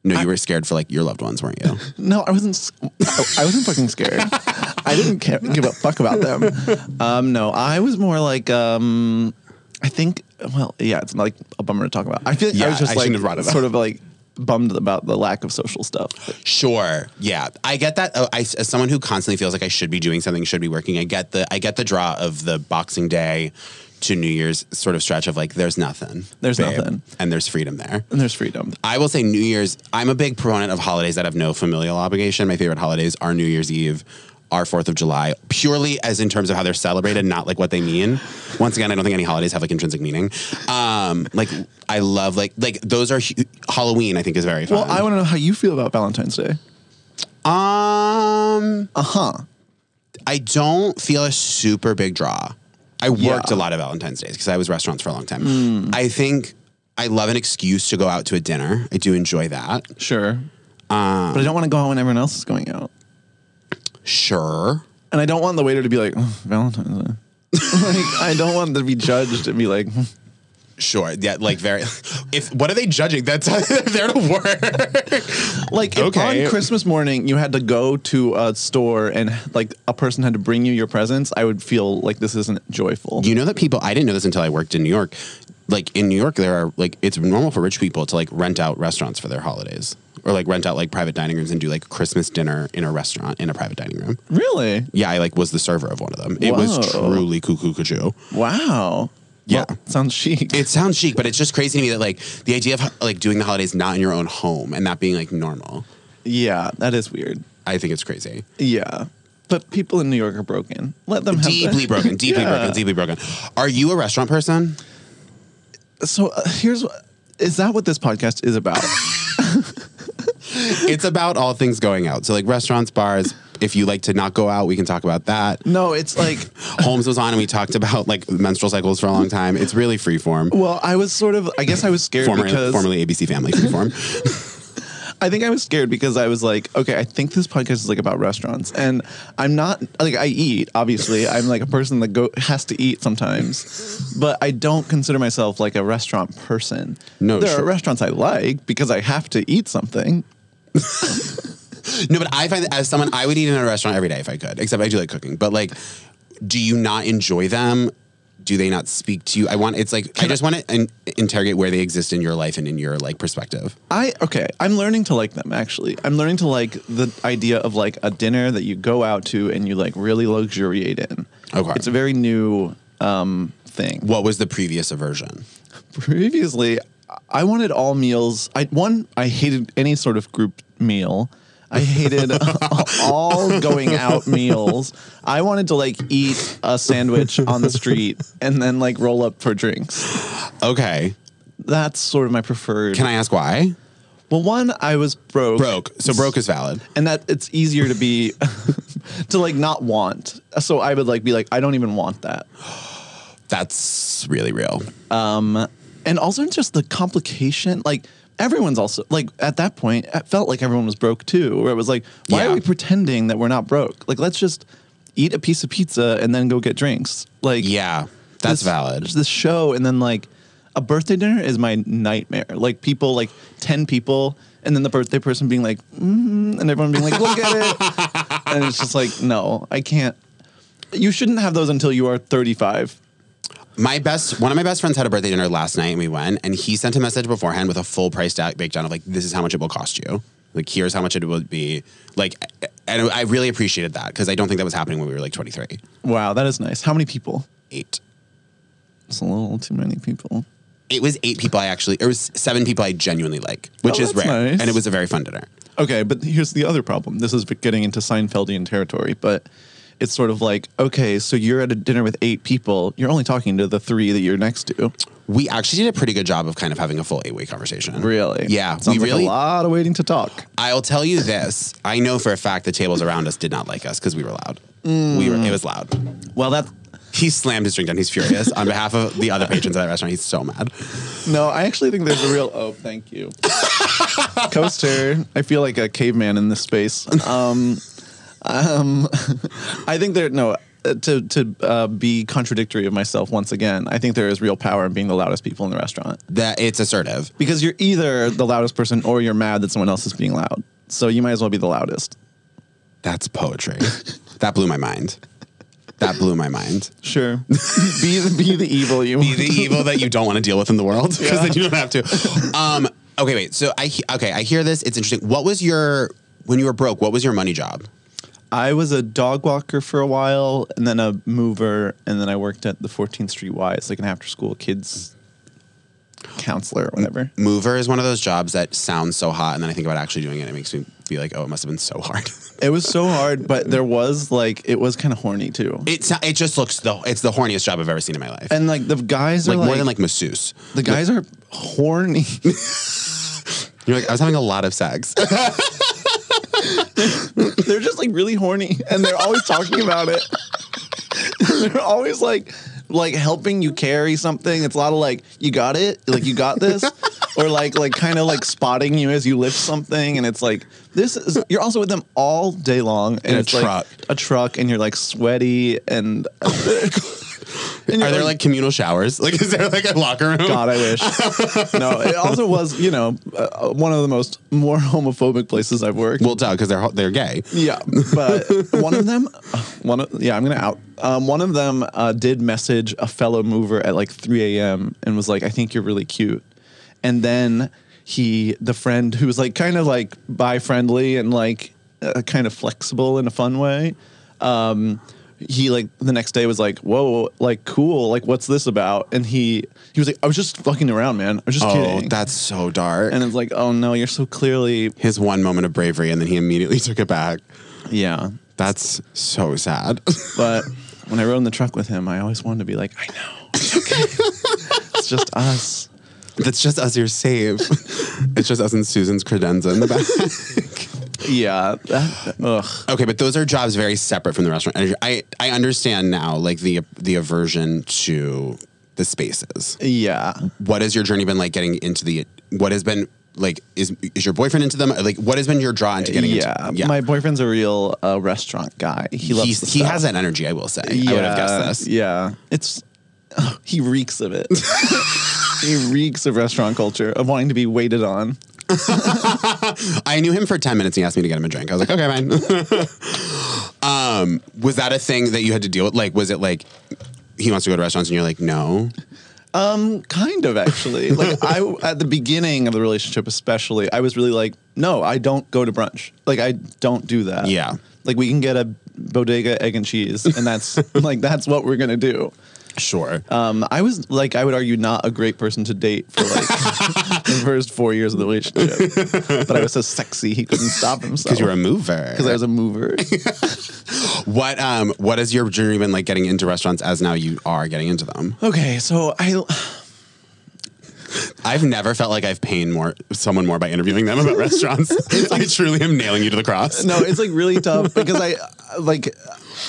Speaker 2: no, you were scared for like your loved ones, weren't you?
Speaker 4: No, I wasn't. s- I I wasn't fucking scared. I didn't care, give a fuck about them. Um, no, I was more like. Um, I think. Well, yeah, it's like a bummer to talk about. I feel like I
Speaker 2: Yeah,
Speaker 4: was just
Speaker 2: I shouldn't have brought
Speaker 4: like
Speaker 2: it up.
Speaker 4: sort of like bummed about the lack of social stuff.
Speaker 2: Sure. Yeah, I get that. Oh, I, as someone who constantly feels like I should be doing something, should be working, I get the I get the draw of the Boxing Day to New Year's sort of stretch of like there's nothing,
Speaker 4: There's nothing.
Speaker 2: and there's freedom there.
Speaker 4: And there's freedom.
Speaker 2: I will say New Year's. I'm a big proponent of holidays that have no familial obligation. My favorite holidays are New Year's Eve, our Fourth of July, purely as in terms of how they're celebrated, not like what they mean. Once again, I don't think any holidays have like intrinsic meaning. Um, like I love like like those are hu- Halloween. I think is very fun.
Speaker 4: Well, I want to know how you feel about Valentine's Day.
Speaker 2: um
Speaker 4: Uh huh.
Speaker 2: I don't feel a super big draw. I worked
Speaker 4: Yeah. Hmm.
Speaker 2: a lot of Valentine's days because I was restaurants for a long time. I think I love an excuse to go out to a dinner. I do enjoy that.
Speaker 4: Sure. but I don't want to go out when everyone else is going out,
Speaker 2: Sure.
Speaker 4: and I don't want the waiter to be like "Oh, Valentine's Day. like I don't want to be judged and be like.
Speaker 2: Sure. Yeah. Like very. If what are they judging? That's how they're there to work.
Speaker 4: Like if
Speaker 2: Okay.
Speaker 4: on Christmas morning you had to go to a store and like a person had to bring you your presents, I would feel like this isn't joyful.
Speaker 2: you know that people. I didn't know this until I worked in New York. Like in New York, there are like it's normal for rich people to like rent out restaurants for their holidays, or like rent out like private dining rooms and do like Christmas dinner in a restaurant in a private dining room.
Speaker 4: really?
Speaker 2: Yeah, I like was the server of one of them. It was
Speaker 4: Whoa.
Speaker 2: truly cuckoo cuckoo.
Speaker 4: Wow.
Speaker 1: Yeah.
Speaker 4: Well, sounds chic.
Speaker 2: It sounds chic, but it's just crazy to me that like the idea of like doing the holidays not in your own home and that being like normal.
Speaker 4: yeah, that is weird.
Speaker 2: I think it's crazy.
Speaker 4: Yeah, but people in New York are broken. Let them have the-
Speaker 2: Deeply broken, deeply
Speaker 4: Yeah.
Speaker 2: broken, deeply broken. Are you a restaurant person?
Speaker 4: So uh, here's what is that what this podcast is about?
Speaker 2: It's about all things going out. So like restaurants, bars. If you like to not go out, we can talk about that.
Speaker 4: no, it's like
Speaker 2: Holmes was on and we talked about like menstrual cycles for a long time. It's really freeform.
Speaker 4: well, I was sort of I guess I was scared
Speaker 2: Former,
Speaker 4: because
Speaker 2: formerly ABC Family freeform.
Speaker 4: I think I was scared because I was like, okay, I think this podcast is like about restaurants, and I'm not like I eat. Obviously, I'm like a person that go has to eat sometimes, but I don't consider myself like a restaurant person.
Speaker 2: No,
Speaker 4: there
Speaker 2: sure.
Speaker 4: are restaurants I like because I have to eat something.
Speaker 2: No, but I find that as someone, I would eat in a restaurant every day if I could, except I do like cooking. But like, do you not enjoy them? Do they not speak to you? I want, it's like, I just want to in- interrogate where they exist in your life and in your like perspective.
Speaker 4: I okay. I'm learning to like them actually. I'm learning to like the idea of like a dinner that you go out to and you like really luxuriate in.
Speaker 2: Okay.
Speaker 4: it's a very new um, thing.
Speaker 2: What was the previous aversion?
Speaker 4: previously i wanted all meals i one i hated any sort of group meal i hated all going out meals i wanted to like eat a sandwich on the street and then like roll up for drinks
Speaker 2: Okay.
Speaker 4: that's sort of my preferred
Speaker 2: Can I ask why?
Speaker 4: well one i was broke
Speaker 2: Broke. So broke is valid.
Speaker 4: and that it's easier to be to like not want so i would like be like i don't even want that
Speaker 2: That's really real.
Speaker 4: and also just the complication like everyone's also like at that point it felt like everyone was broke too where it was like why
Speaker 2: Yeah.
Speaker 4: are we pretending that we're not broke like let's just eat a piece of pizza and then go get drinks like
Speaker 2: Yeah. That's
Speaker 4: this-
Speaker 2: valid.
Speaker 4: this show and then like a birthday dinner is my nightmare like people like 10 people and then the birthday person being like mm, and everyone being like look at it and it's just like no i can't you shouldn't have those until you are 35
Speaker 2: My best, one of my best friends had a birthday dinner last night, and we went. And he sent a message beforehand with a full price da- breakdown of like, this is how much it will cost you. Like, here's how much it would be. Like, and I really appreciated that because I don't think that was happening when we were like 23,
Speaker 4: wow that is nice how many people
Speaker 2: eight.
Speaker 4: It's a little too many people.
Speaker 2: It was eight people I actually, it was seven people I genuinely like, which
Speaker 4: Oh,
Speaker 2: is
Speaker 4: that's
Speaker 2: rare.
Speaker 4: nice.
Speaker 2: And it was a very fun dinner.
Speaker 4: Okay, but here's the other problem. This is getting into Seinfeldian territory, but it's sort of like, okay, so you're at a dinner with eight people. You're only talking to the three that you're next to.
Speaker 2: We actually did a pretty good job of kind of having a full eight way conversation. Yeah.
Speaker 4: Sounds
Speaker 2: we
Speaker 4: like
Speaker 2: really,
Speaker 4: a lot of waiting to talk.
Speaker 2: I'll tell you this. I know for a fact the tables around us did not like us because we were loud. We were, it was loud.
Speaker 4: Well, that
Speaker 2: He slammed his drink down. He's furious on behalf of the other patrons at that restaurant. He's so mad.
Speaker 4: no, I actually think there's a real. Oh, thank you, coaster. I feel like a caveman in this space. Um, um, I think there no. uh, To to uh, be contradictory of myself once again, I think there is real power in being the loudest people in the restaurant.
Speaker 2: That it's assertive.
Speaker 4: because you're either the loudest person or you're mad that someone else is being loud. So you might as well be the loudest.
Speaker 2: That's poetry. that blew my mind. That blew my mind.
Speaker 4: Sure. be the be the evil you
Speaker 2: Be the evil that you don't want to deal with in the world because then you don't have to. Um, okay, wait. So I he- okay, I hear this. It's interesting. What was your when you were broke? What was your money job?
Speaker 4: I was a dog walker for a while and then a mover and then I worked at the 14th Street Y. It's like an after school kids counselor or whatever.
Speaker 2: Mover is one of those jobs that sounds so hot, and then I think about actually doing it. It makes me be like, oh, it must have been so hard.
Speaker 4: It was so hard, but there was like it was kind of horny too.
Speaker 2: it's it just looks the it's the horniest job I've ever seen in my life.
Speaker 4: and like the guys are
Speaker 2: like
Speaker 4: like,
Speaker 2: more than like masseuse.
Speaker 4: the guys are horny.
Speaker 2: You're like I was having a lot of sex.
Speaker 4: they're just like really horny and they're always talking about it. they're always like like helping you carry something. It's a lot of like, you got it? Like you got this? or like like kind of like spotting you as you lift something and it's like this is you're also with them all day long and
Speaker 2: In a
Speaker 4: it's like,
Speaker 2: truck.
Speaker 4: a truck and you're like sweaty and, uh, and you're
Speaker 2: Are there like communal showers? Like, is there like a locker room?
Speaker 4: God, I wish. no, it also was, you know, uh, one of the most more homophobic places I've worked.
Speaker 2: Well, duh, because they're they're gay.
Speaker 4: Yeah, but one of them, uh, one of, yeah, I'm gonna out. Um, one of them uh, did message a fellow mover at like 3 a.m. and was like, "I think you're really cute," and then he, the friend who was like kind of like bi friendly and like uh, kind of flexible in a fun way, um, he like the next day was like, "Whoa, like cool, like what's this about?" And he he was like, "I was just fucking around, man. I was just
Speaker 2: Oh,
Speaker 4: kidding."
Speaker 2: that's so dark.
Speaker 4: and
Speaker 2: And
Speaker 4: it's like, "Oh no, you're so clearly
Speaker 2: his one moment of bravery, and then he immediately took it back.
Speaker 4: yeah."
Speaker 2: That's so sad.
Speaker 4: But when I rode in the truck with him, I always wanted to be like, "I know, it's okay, it's just us."
Speaker 2: that's just us. You're safe. it's just us and Susan's credenza in the back.
Speaker 4: Yeah. that- ugh.
Speaker 2: Okay, but those are jobs very separate from the restaurant. And I I understand now, like the the aversion to the spaces.
Speaker 4: Yeah.
Speaker 2: What has your journey been like getting into the? What has been like? Is is your boyfriend into them? Like, what has been your draw into getting
Speaker 4: yeah.
Speaker 2: into?
Speaker 4: My boyfriend's a real uh, restaurant guy. He loves.
Speaker 2: He's-
Speaker 4: the
Speaker 2: he
Speaker 4: stuff.
Speaker 2: has that energy. I will say. I would have guessed this.
Speaker 4: Yeah. It's oh, he reeks of it. he reeks of restaurant culture of wanting to be waited on.
Speaker 2: I knew him for ten minutes. And he asked me to get him a drink. I was like, okay, fine. um, was that a thing that you had to deal with? Like, was it like he wants to go to restaurants and you're like, no?
Speaker 4: Kind of actually. Like I at the beginning of the relationship especially, I was really like, no, I don't go to brunch. Like I don't do that.
Speaker 2: Yeah.
Speaker 4: Like we can get a bodega egg and cheese and that's like that's what we're going to do.
Speaker 2: Sure.
Speaker 4: Um, I was like, I would argue, not a great person to date for like the first four years of the relationship. But I was so sexy, he couldn't stop himself.
Speaker 2: oh. Because you were a mover.
Speaker 4: because I was a mover.
Speaker 2: What um what has your journey been like getting into restaurants as now you are getting into them?
Speaker 4: okay, so I
Speaker 2: I've never felt like I've pained more someone more by interviewing them about restaurants. I truly am nailing you to the cross.
Speaker 4: no, it's like really tough because I uh, like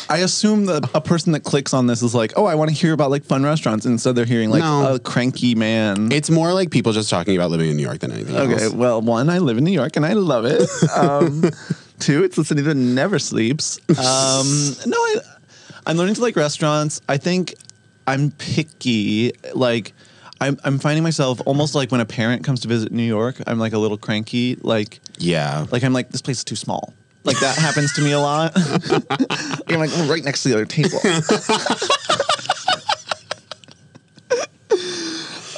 Speaker 4: I assume that a person that clicks on this is like, oh, I want to hear about like fun restaurants, and instead they're hearing like
Speaker 2: No.
Speaker 4: a cranky man.
Speaker 2: It's more like people just talking about living in New York than anything
Speaker 4: okay,
Speaker 2: else.
Speaker 4: well, one, I live in New York and I love it. Um, two, it's the city that never sleeps. Um, no, I, I'm learning to like restaurants. I think I'm picky. Like, I'm, I'm finding myself almost like when a parent comes to visit New York, I'm like a little cranky. Like,
Speaker 2: Yeah.
Speaker 4: like I'm like this place is too small. Like that happens to me a lot. Like, I'm like "We're right next to the other table.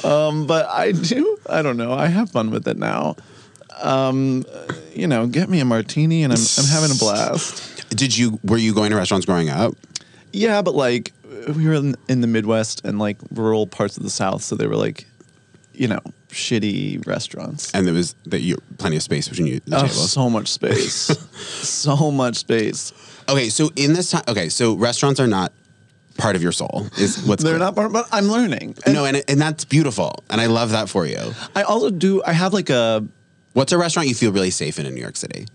Speaker 4: um, but I do. I don't know. I have fun with it now. Um, you know, get me a martini and I'm I'm having a blast.
Speaker 2: Did you were you going to restaurants growing up?
Speaker 4: Yeah, but like we were in, in the Midwest and like rural parts of the South, so they were like, you know, shitty restaurants.
Speaker 2: And there was that you plenty of space between you the
Speaker 4: Oh,
Speaker 2: tables.
Speaker 4: so much space. so much space.
Speaker 2: okay, so in this time okay, so restaurants are not part of your soul is what's
Speaker 4: They're
Speaker 2: clear.
Speaker 4: not, part- but I'm learning. And
Speaker 2: No, and and that's beautiful. And I love that for you.
Speaker 4: I also do. I have like a.
Speaker 2: What's a restaurant you feel really safe in in New York City?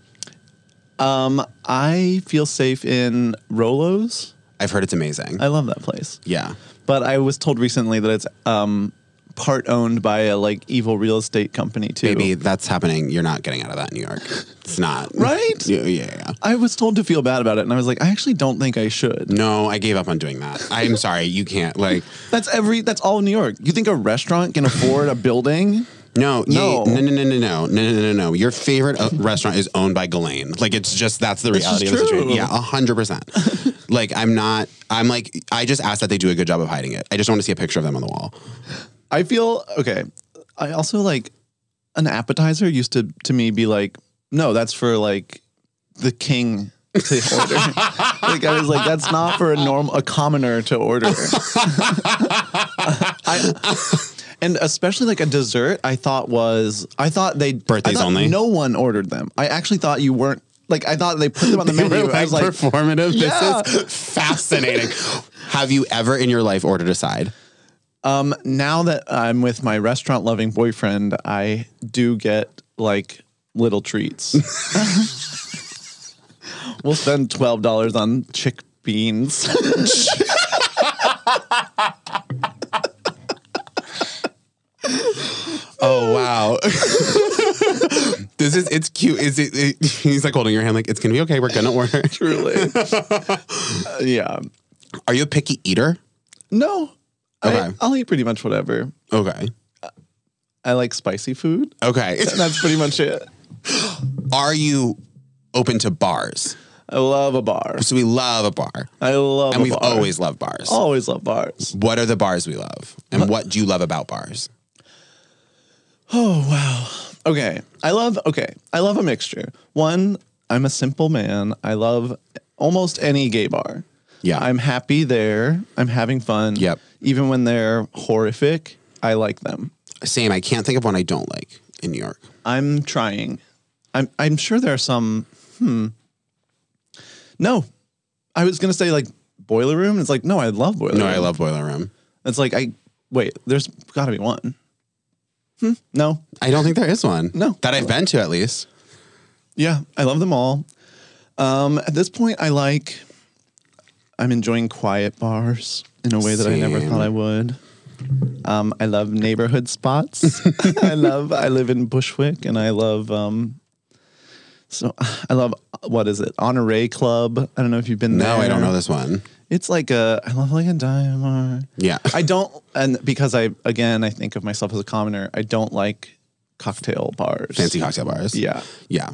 Speaker 4: I feel safe in Rolos.
Speaker 2: I've heard it's amazing.
Speaker 4: I love that place.
Speaker 2: yeah.
Speaker 4: But I was told recently that it's um, part owned by a like evil real estate company too.
Speaker 2: Maybe that's happening. You're not getting out of that in New York. It's not.
Speaker 4: Right?
Speaker 2: Yeah, yeah, yeah.
Speaker 4: I was told to feel bad about it, and I was like, I actually don't think I should.
Speaker 2: No, I gave up on doing that. I'm sorry. You can't. Like,
Speaker 4: That's every. That's all New York. You think a restaurant can afford a building?
Speaker 2: no, no,
Speaker 4: No.
Speaker 2: no, no, no, no, no, no, no, no, no. Your favorite uh, restaurant is owned by Ghislaine. Like, it's just that's the
Speaker 4: This is
Speaker 2: reality of the situation.
Speaker 4: true.
Speaker 2: Yeah, hundred percent. Like, I'm not. I'm like, I just ask that they do a good job of hiding it. I just want to see a picture of them on the wall.
Speaker 4: I feel okay. I also like an appetizer used to to me be like, no, that's for like the king to order. like I was like, that's not for a norm a commoner to order. I, and especially like a dessert, I thought was I thought they
Speaker 2: Birthdays
Speaker 4: I thought
Speaker 2: only?
Speaker 4: No one ordered them. I actually thought you weren't like I thought they put them on the
Speaker 2: They were,
Speaker 4: menu.
Speaker 2: like,
Speaker 4: I was like,
Speaker 2: performative.
Speaker 4: Yeah.
Speaker 2: This is fascinating. Have you ever in your life ordered a side?
Speaker 4: Um, now that I'm with my restaurant loving boyfriend, I do get like little treats. we'll spend twelve dollars on chick beans.
Speaker 2: Oh wow. this is it's cute. Is it, it- he's like holding your hand like it's going to be okay. We're going to order.
Speaker 4: Truly. Uh, yeah.
Speaker 2: Are you a picky eater?
Speaker 4: No. I,
Speaker 2: Okay.
Speaker 4: I'll eat pretty much whatever.
Speaker 2: Okay.
Speaker 4: I like spicy food.
Speaker 2: Okay.
Speaker 4: That's pretty much it.
Speaker 2: Are you open to bars?
Speaker 4: I love a bar.
Speaker 2: So we love a bar.
Speaker 4: I love
Speaker 2: And
Speaker 4: a
Speaker 2: we've
Speaker 4: bar. Oh.
Speaker 2: always loved bars.
Speaker 4: always love bars.
Speaker 2: What are the bars we love? And what do you love about bars?
Speaker 4: Okay. I love okay. I love a mixture. One, I'm a simple man. I love almost any gay bar.
Speaker 2: Yeah.
Speaker 4: I'm happy there. I'm having fun.
Speaker 2: Yep.
Speaker 4: Even when they're horrific, I like them.
Speaker 2: Same. I can't think of one I don't like in New York.
Speaker 4: I'm trying. I'm I'm sure there are some hmm. No. I was gonna say like boiler room. It's like, no, I love boiler
Speaker 2: No,
Speaker 4: room.
Speaker 2: I love Boiler Room.
Speaker 4: it's like I wait, there's gotta be one. Hmm. No.
Speaker 2: I don't think there is one.
Speaker 4: No.
Speaker 2: That I've been to at least.
Speaker 4: Yeah, I love them all. Um, at this point, I like. I'm enjoying quiet bars in a way that I never
Speaker 2: Same.
Speaker 4: thought I would. Um, I love neighborhood spots. I love. I live in Bushwick, and I love. Um, so I love what is it? Honore Club. I don't know if you've been
Speaker 2: No,
Speaker 4: there.
Speaker 2: I don't know this one.
Speaker 4: It's like a. I love like a dive bar.
Speaker 2: Yeah.
Speaker 4: I don't, and because I again, I think of myself as a commoner. I don't like cocktail bars.
Speaker 2: Fancy cocktail bars.
Speaker 4: Yeah,
Speaker 2: Yeah.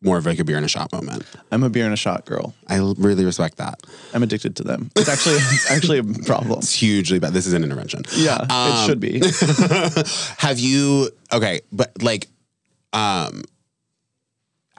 Speaker 2: More of like a beer in a shop moment.
Speaker 4: I'm a beer and a shot girl.
Speaker 2: I l- really respect that.
Speaker 4: I'm addicted to them. It's actually it's actually a problem.
Speaker 2: It's hugely bad. This is an intervention.
Speaker 4: Yeah,
Speaker 2: Um,
Speaker 4: it should be.
Speaker 2: Have you okay, but like um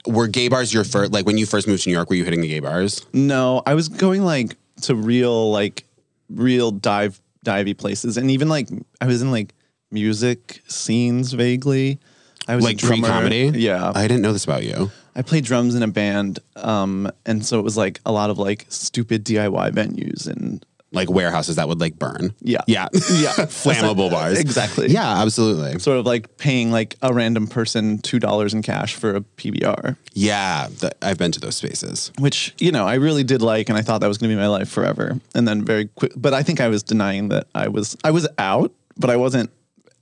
Speaker 2: were gay bars your first like when you first moved to New York, were you hitting the gay bars?
Speaker 4: No, I was going like to real like real dive divey places, and even like I was in like music scenes vaguely. I was a
Speaker 2: Like
Speaker 4: drummer.
Speaker 2: pre-comedy?
Speaker 4: Yeah,
Speaker 2: I didn't know this about you.
Speaker 4: I played drums in a band, um, and so it was like a lot of like stupid DIY venues and
Speaker 2: Like warehouses that would like burn.
Speaker 4: Yeah.
Speaker 2: Yeah.
Speaker 4: Yeah.
Speaker 2: Flammable bars.
Speaker 4: Exactly.
Speaker 2: Yeah, absolutely.
Speaker 4: sort of like paying like a random person two dollars in cash for a PBR.
Speaker 2: Yeah, th- I've been to those spaces.
Speaker 4: which you know I really did like, and I thought that was going to be my life forever. And then very quick, but I think I was denying that I was I was out, but I wasn't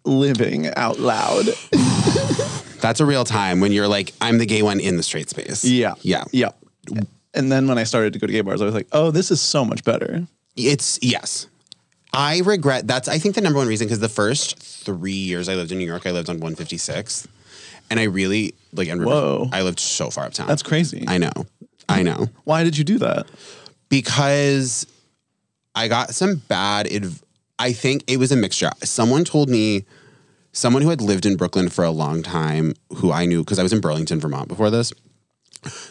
Speaker 4: living out loud.
Speaker 2: That's a real time when you're like, I'm the gay one in the straight space.
Speaker 4: yeah,
Speaker 2: Yeah.
Speaker 4: yeah. And then when I started to go to gay bars, I was like, oh, this is so much better.
Speaker 2: It's yes. I regret that's I think the number one reason because the first three years I lived in New York, I lived on 156th. And I really like and
Speaker 4: Whoa.
Speaker 2: I lived so far uptown.
Speaker 4: That's crazy.
Speaker 2: I know. I know.
Speaker 4: Why did you do that?
Speaker 2: Because I got some bad adv- I think it was a mixture. Someone told me someone who had lived in Brooklyn for a long time, who I knew because I was in Burlington, Vermont before this.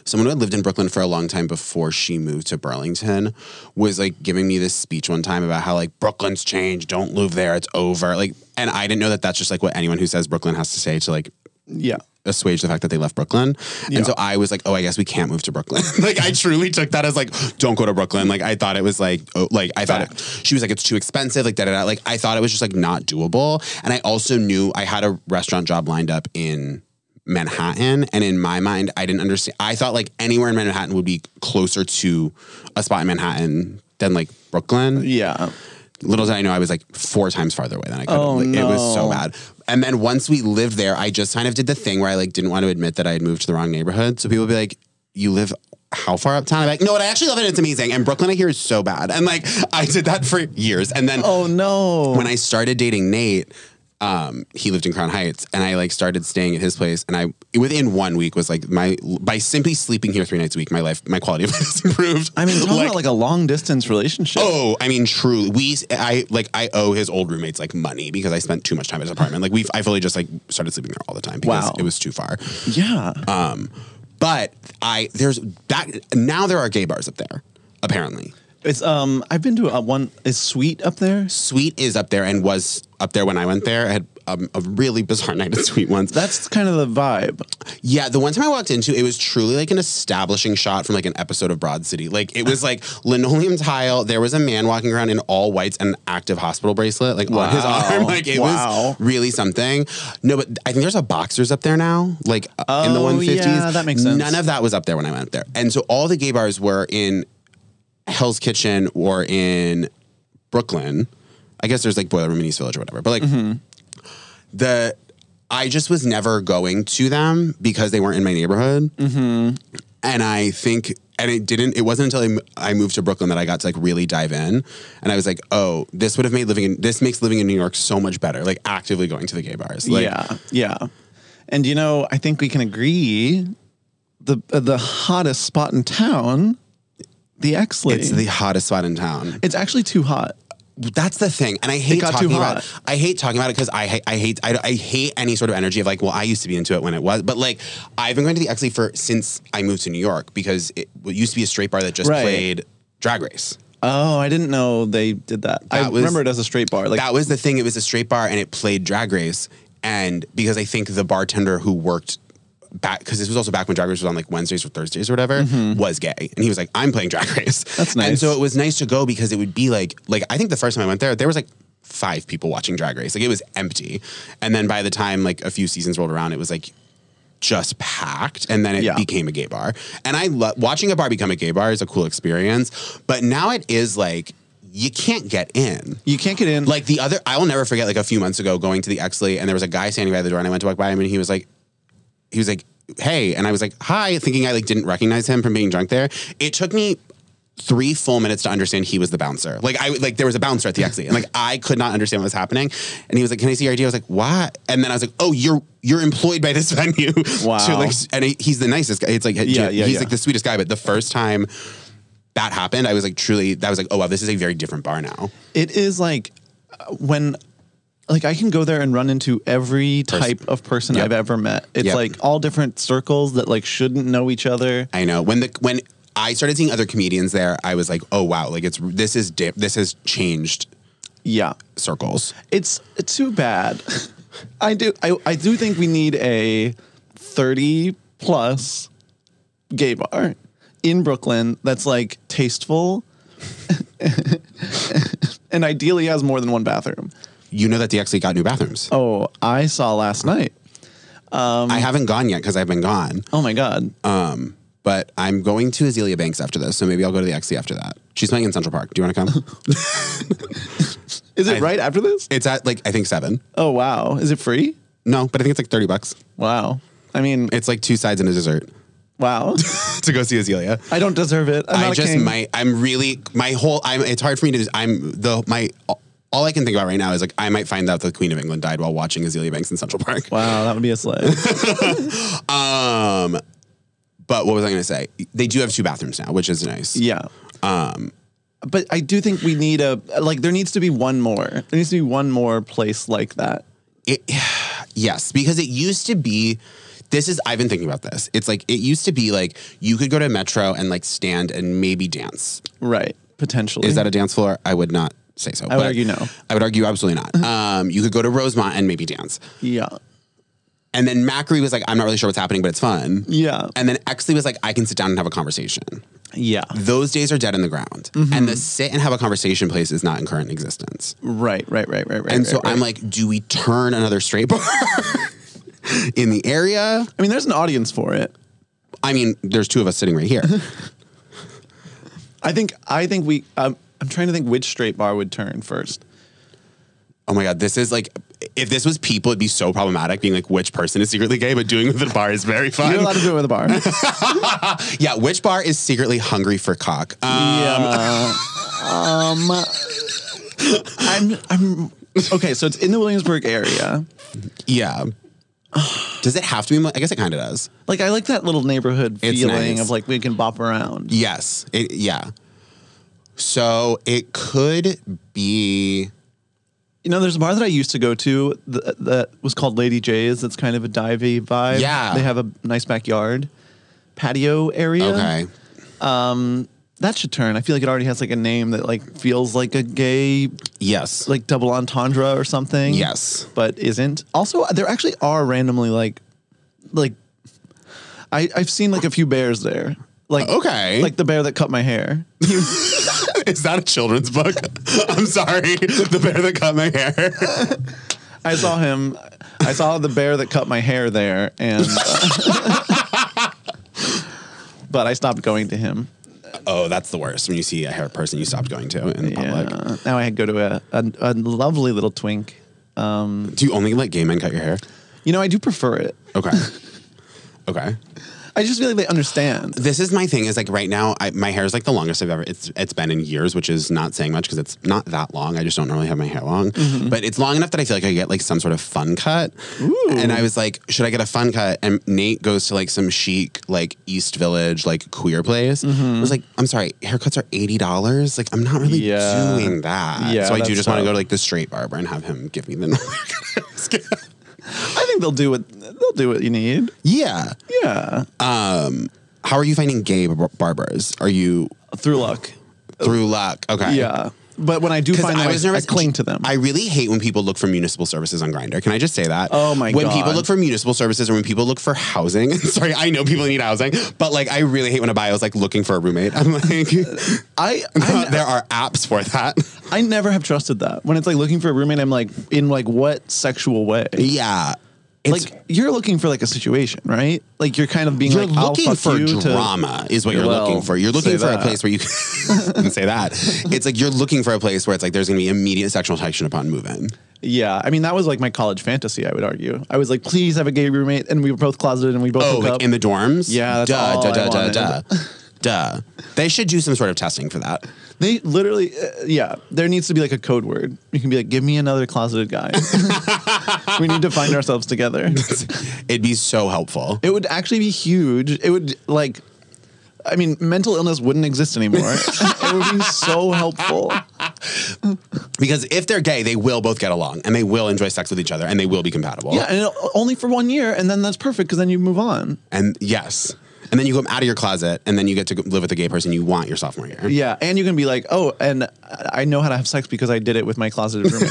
Speaker 2: Someone who had lived in Brooklyn for a long time before she moved to Burlington was like giving me this speech one time about how like Brooklyn's changed, don't move there, it's over. Like, and I didn't know that that's just like what anyone who says Brooklyn has to say to like
Speaker 4: Yeah,
Speaker 2: assuage the fact that they left Brooklyn.
Speaker 4: Yeah.
Speaker 2: And so I was like, oh, I guess we can't move to Brooklyn. like I truly took that as like, don't go to Brooklyn. Like I thought it was like, oh, like I thought it, she was like, it's too expensive. Like da da da. Like I thought it was just like not doable. And I also knew I had a restaurant job lined up in Manhattan. And in my mind, I didn't understand. I thought like anywhere in Manhattan would be closer to a spot in Manhattan than like Brooklyn
Speaker 4: yeah.
Speaker 2: little did I know I was like four times farther away than I could.
Speaker 4: Oh,
Speaker 2: have. like, It was so
Speaker 4: no.
Speaker 2: bad. And then once we lived there, I just kind of did the thing where I like didn't want to admit that I had moved to the wrong neighborhood. So people would be like, "You live how far uptown?" I'm like, "No, and I actually love it. It's amazing." And Brooklyn, I hear, is so bad. And like I did that for years. And then
Speaker 4: Oh no.
Speaker 2: when I started dating Nate, um, he lived in Crown Heights, and I like started staying at his place. And I within one week was like my by simply sleeping here three nights a week, my life, my quality of life has improved.
Speaker 4: I mean, talking about like a long distance relationship.
Speaker 2: Oh, I mean, truly, we. I like. I owe his old roommates like money because I spent too much time at his apartment. Like we, I fully just like started sleeping there all the time because
Speaker 4: Wow.
Speaker 2: it was too far.
Speaker 4: yeah.
Speaker 2: Um, but I there's that now there are gay bars up there. Apparently,
Speaker 4: it's um. I've been to a one. Is sweet up there?
Speaker 2: Sweet is up there and was up there when I went there. I had um, a really bizarre night at Sweet once.
Speaker 4: That's kind of the vibe.
Speaker 2: Yeah, the one time I walked into, it was truly like an establishing shot from like an episode of Broad City. Like it was like linoleum tile. There was a man walking around in all whites and an active hospital bracelet, like on his
Speaker 4: Wow.
Speaker 2: arm. Like it
Speaker 4: Wow.
Speaker 2: was really something. No, but I think there's a boxers up there now, like uh, in the
Speaker 4: Oh,
Speaker 2: 150s.
Speaker 4: yeah, that makes sense.
Speaker 2: None of that was up there when I went up there, and so all the gay bars were in Hell's Kitchen or in Brooklyn. I guess there's like Boiler Room in East Village or whatever, but like the I just was never going to them because they weren't in my neighborhood. And I think, and it didn't, it wasn't until I, m- I moved to Brooklyn that I got to like really dive in. And I was like, oh, this would have made living in, this makes living in New York so much better. Like actively going to the gay bars. Like,
Speaker 4: yeah, yeah. And you know, I think we can agree the uh, the hottest spot in town, the Exley.
Speaker 2: It's the hottest spot in town.
Speaker 4: It's actually too hot.
Speaker 2: That's the thing, and I hate
Speaker 4: got
Speaker 2: talking
Speaker 4: too
Speaker 2: about.
Speaker 4: hot.
Speaker 2: I hate talking about it because I, ha- I hate I, I hate any sort of energy of like, well, I used to be into it when it was, but like, I've been going to the Exley for since I moved to New York because it, it used to be a straight bar that just
Speaker 4: Right.
Speaker 2: played Drag Race.
Speaker 4: Oh, I didn't know they did that. I
Speaker 2: That was-
Speaker 4: remember it as a straight bar. Like
Speaker 2: that was the thing. It was a straight bar, and it played Drag Race. And because I think the bartender who worked back, because this was also back when Drag Race was on like Wednesdays or Thursdays or whatever, was gay, and he was like, "I'm playing Drag Race."
Speaker 4: Mm-hmm. That's
Speaker 2: And
Speaker 4: nice.
Speaker 2: so it was nice to go because it would be like, like I think the first time I went there, there was like five people watching Drag Race. Like it was empty. And then by the time like a few seasons rolled around, it was like just packed and then it
Speaker 4: Yeah.
Speaker 2: became a gay bar. And I love watching a bar become a gay bar is a cool experience, but now it is like you can't get in.
Speaker 4: you can't get in.
Speaker 2: Like the other, I will never forget. Like a few months ago, going to the Exley, and there was a guy standing by the door, and I went to walk by him, and he was like, he was like, "Hey," and I was like, "Hi," thinking I like didn't recognize him from being drunk there. It took me three full minutes to understand he was the bouncer. Like I like there was a bouncer at the Exley, and like I could not understand what was happening. And he was like, "Can I see your ID?" I was like, "What?" And then I was like, "Oh, you're you're employed by this venue." to
Speaker 4: Wow.
Speaker 2: like, and he- he's the nicest guy. It's like
Speaker 4: Yeah, yeah,
Speaker 2: he's
Speaker 4: yeah.
Speaker 2: like the sweetest guy. But the first time. That happened. I was like, truly, that was like, oh wow, this is a very different bar now.
Speaker 4: it is like uh, when like I can go there and run into every type of person
Speaker 2: Yep.
Speaker 4: I've ever met. It's
Speaker 2: Yep.
Speaker 4: like all different circles that like shouldn't know each other.
Speaker 2: I know when the when I started seeing other comedians there, I was like, oh wow, like it's this is dip, this has changed
Speaker 4: Yeah.
Speaker 2: circles.
Speaker 4: It's too bad. I do I, I do think we need a 30 plus gay bar in Brooklyn that's like tasteful and ideally has more than one bathroom.
Speaker 2: You know that the actually got new bathrooms.
Speaker 4: Oh, I saw last night. Um,
Speaker 2: I haven't gone yet because I've been gone,
Speaker 4: Oh my god.
Speaker 2: but I'm going to Azealia Banks after this, so maybe I'll go to the XC after that. She's playing in Central Park. Do you want to come?
Speaker 4: Is it right after this?
Speaker 2: it's at like I think seven.
Speaker 4: Oh wow. Is it free?
Speaker 2: No, but I think it's like thirty bucks.
Speaker 4: Wow. I mean,
Speaker 2: It's like two sides and a dessert
Speaker 4: wow.
Speaker 2: to go see Azealia.
Speaker 4: I don't deserve it. I'm
Speaker 2: I
Speaker 4: not a
Speaker 2: just
Speaker 4: king.
Speaker 2: my I'm really my whole I'm it's hard for me to I'm the my all I can think about right now is like I might find out the Queen of England died while watching Azealia Banks in Central Park.
Speaker 4: Wow, that would be a slay.
Speaker 2: Um, but what was I going to say? They do have two bathrooms now, which is nice.
Speaker 4: yeah. Um, but I do think we need a like. There needs to be one more. There needs to be one more place like that.
Speaker 2: It, yes, because it used to be. This is I've been thinking about this. It's like it used to be like you could go to Metro and like stand and maybe dance.
Speaker 4: Right. Potentially.
Speaker 2: Is that a dance floor? I would not say so.
Speaker 4: I would argue no. Uh-huh.
Speaker 2: I would argue absolutely not. Um, you could go to Rosemont and maybe dance.
Speaker 4: yeah.
Speaker 2: And then Macri was like, I'm not really sure what's happening, but it's fun.
Speaker 4: Yeah.
Speaker 2: And then Exley was like, I can sit down and have a conversation.
Speaker 4: Yeah.
Speaker 2: Those days are dead in the ground.
Speaker 4: Mm-hmm.
Speaker 2: And the sit and have a conversation place is not in current existence.
Speaker 4: Right. Right. Right. Right. Right.
Speaker 2: And
Speaker 4: right,
Speaker 2: so
Speaker 4: right.
Speaker 2: I'm like, do we turn another straight bar in the area?
Speaker 4: I mean, there's an audience for it.
Speaker 2: I mean, there's two of us sitting right here.
Speaker 4: I think. I think we. Um, I'm trying to think which straight bar would turn first.
Speaker 2: oh my God, this is like, if this was people, it'd be so problematic being like, which person is secretly gay, but doing it with a bar is very
Speaker 4: You're allowed
Speaker 2: fun.
Speaker 4: to do it with a bar.
Speaker 2: Yeah, which bar is secretly hungry for cock? Um,
Speaker 4: Yeah. um, I'm. I'm. Okay, so it's in the Williamsburg area.
Speaker 2: yeah. Does it have to be? Mo- I guess it kind of does.
Speaker 4: Like I like that little neighborhood
Speaker 2: It's
Speaker 4: feeling
Speaker 2: nice.
Speaker 4: of like we can bop around.
Speaker 2: Yes. It, yeah. So it could be.
Speaker 4: You know, there's a bar that I used to go to that, that was called Lady J's. That's kind of a divey vibe.
Speaker 2: Yeah.
Speaker 4: they have a nice backyard, patio area.
Speaker 2: Okay.
Speaker 4: that should turn. I feel like it already has like a name that like feels like a gay
Speaker 2: Yes.
Speaker 4: like double entendre or something.
Speaker 2: Yes.
Speaker 4: But isn't. Also, there actually are randomly like like I, I've seen like a few bears there. Like
Speaker 2: Okay.
Speaker 4: Like the bear that cut my hair.
Speaker 2: Is that a children's book? I'm sorry. The bear that cut my hair.
Speaker 4: I saw him I saw the bear that cut my hair there and uh, But I stopped going to him.
Speaker 2: Oh, that's the worst. When you see a hair person you stopped going to in public.
Speaker 4: Yeah. Now I go to a, a, a lovely little twink.
Speaker 2: Do you only let gay men cut your hair?
Speaker 4: You know, I do prefer it.
Speaker 2: Okay. okay.
Speaker 4: I just feel like they understand.
Speaker 2: This is my thing. Is like right now, I, my hair is like the longest I've ever. It's it's been in years, which is not saying much because it's not that long. I just don't normally have my hair long,
Speaker 4: Mm-hmm.
Speaker 2: but it's long enough that I feel like I get like some sort of fun cut. And I was like, should I get a fun cut? And Nate goes to like some chic like East Village like queer place.
Speaker 4: Mm-hmm.
Speaker 2: I was like, I'm sorry, haircuts are eighty dollars. Like I'm not really
Speaker 4: Yeah.
Speaker 2: doing that.
Speaker 4: Yeah,
Speaker 2: so I do
Speaker 4: that's
Speaker 2: just want to
Speaker 4: tough.
Speaker 2: go to like the straight barber and have him give me the.
Speaker 4: I think they'll do what they'll do what you need.
Speaker 2: yeah.
Speaker 4: Yeah.
Speaker 2: How are you finding gay bar- barbers? Are you
Speaker 4: through luck.
Speaker 2: through luck. Okay.
Speaker 4: Yeah. But when I do
Speaker 2: 'Cause
Speaker 4: find them, I, I cling to them.
Speaker 2: I really hate when people look for municipal services on Grinder. Can I just say that?
Speaker 4: Oh my
Speaker 2: when
Speaker 4: God.
Speaker 2: people look for municipal services or when people look for housing. Sorry, I know people need housing, but like I really hate when a bio is like looking for a roommate. I'm like,
Speaker 4: I, I,
Speaker 2: there are apps for that.
Speaker 4: I never have trusted that. When it's like looking for a roommate, I'm like, in like what sexual way?
Speaker 2: Yeah. It's,
Speaker 4: like you're looking for like a situation, right? Like you're kind of being
Speaker 2: you're
Speaker 4: like I'll
Speaker 2: looking
Speaker 4: fuck
Speaker 2: for
Speaker 4: you to-
Speaker 2: drama is what you're
Speaker 4: Well,
Speaker 2: looking for. You're
Speaker 4: say
Speaker 2: looking for a
Speaker 4: that.
Speaker 2: place where you can say that. It's like you're looking for a place where it's like there's going to be immediate sexual attraction upon move in.
Speaker 4: Yeah, I mean that was like my college fantasy. I would argue. I was like, please have a gay roommate, and we were both closeted, and we both
Speaker 2: Oh,
Speaker 4: hook
Speaker 2: like
Speaker 4: up.
Speaker 2: in the dorms?
Speaker 4: Yeah, that's
Speaker 2: duh,
Speaker 4: all
Speaker 2: duh,
Speaker 4: I
Speaker 2: duh,
Speaker 4: wanted.
Speaker 2: duh, duh, duh. They should do some sort of testing for that.
Speaker 4: they literally, uh, yeah. There needs to be like a code word. You can be like, give me another closeted guy. we need to find ourselves together.
Speaker 2: It'd be so helpful.
Speaker 4: It would actually be huge. It would like, I mean, mental illness wouldn't exist anymore. it would be so helpful.
Speaker 2: Because if they're gay, they will both get along and they will enjoy sex with each other and they will be compatible.
Speaker 4: Yeah, and it'll- only for one year, and then that's perfect because then you move on.
Speaker 2: And yes. And then you come out of your closet and then you get to go- live with a gay person you want your sophomore year.
Speaker 4: Yeah, and you can be like, oh, and I know how to have sex because I did it with my closeted roommate,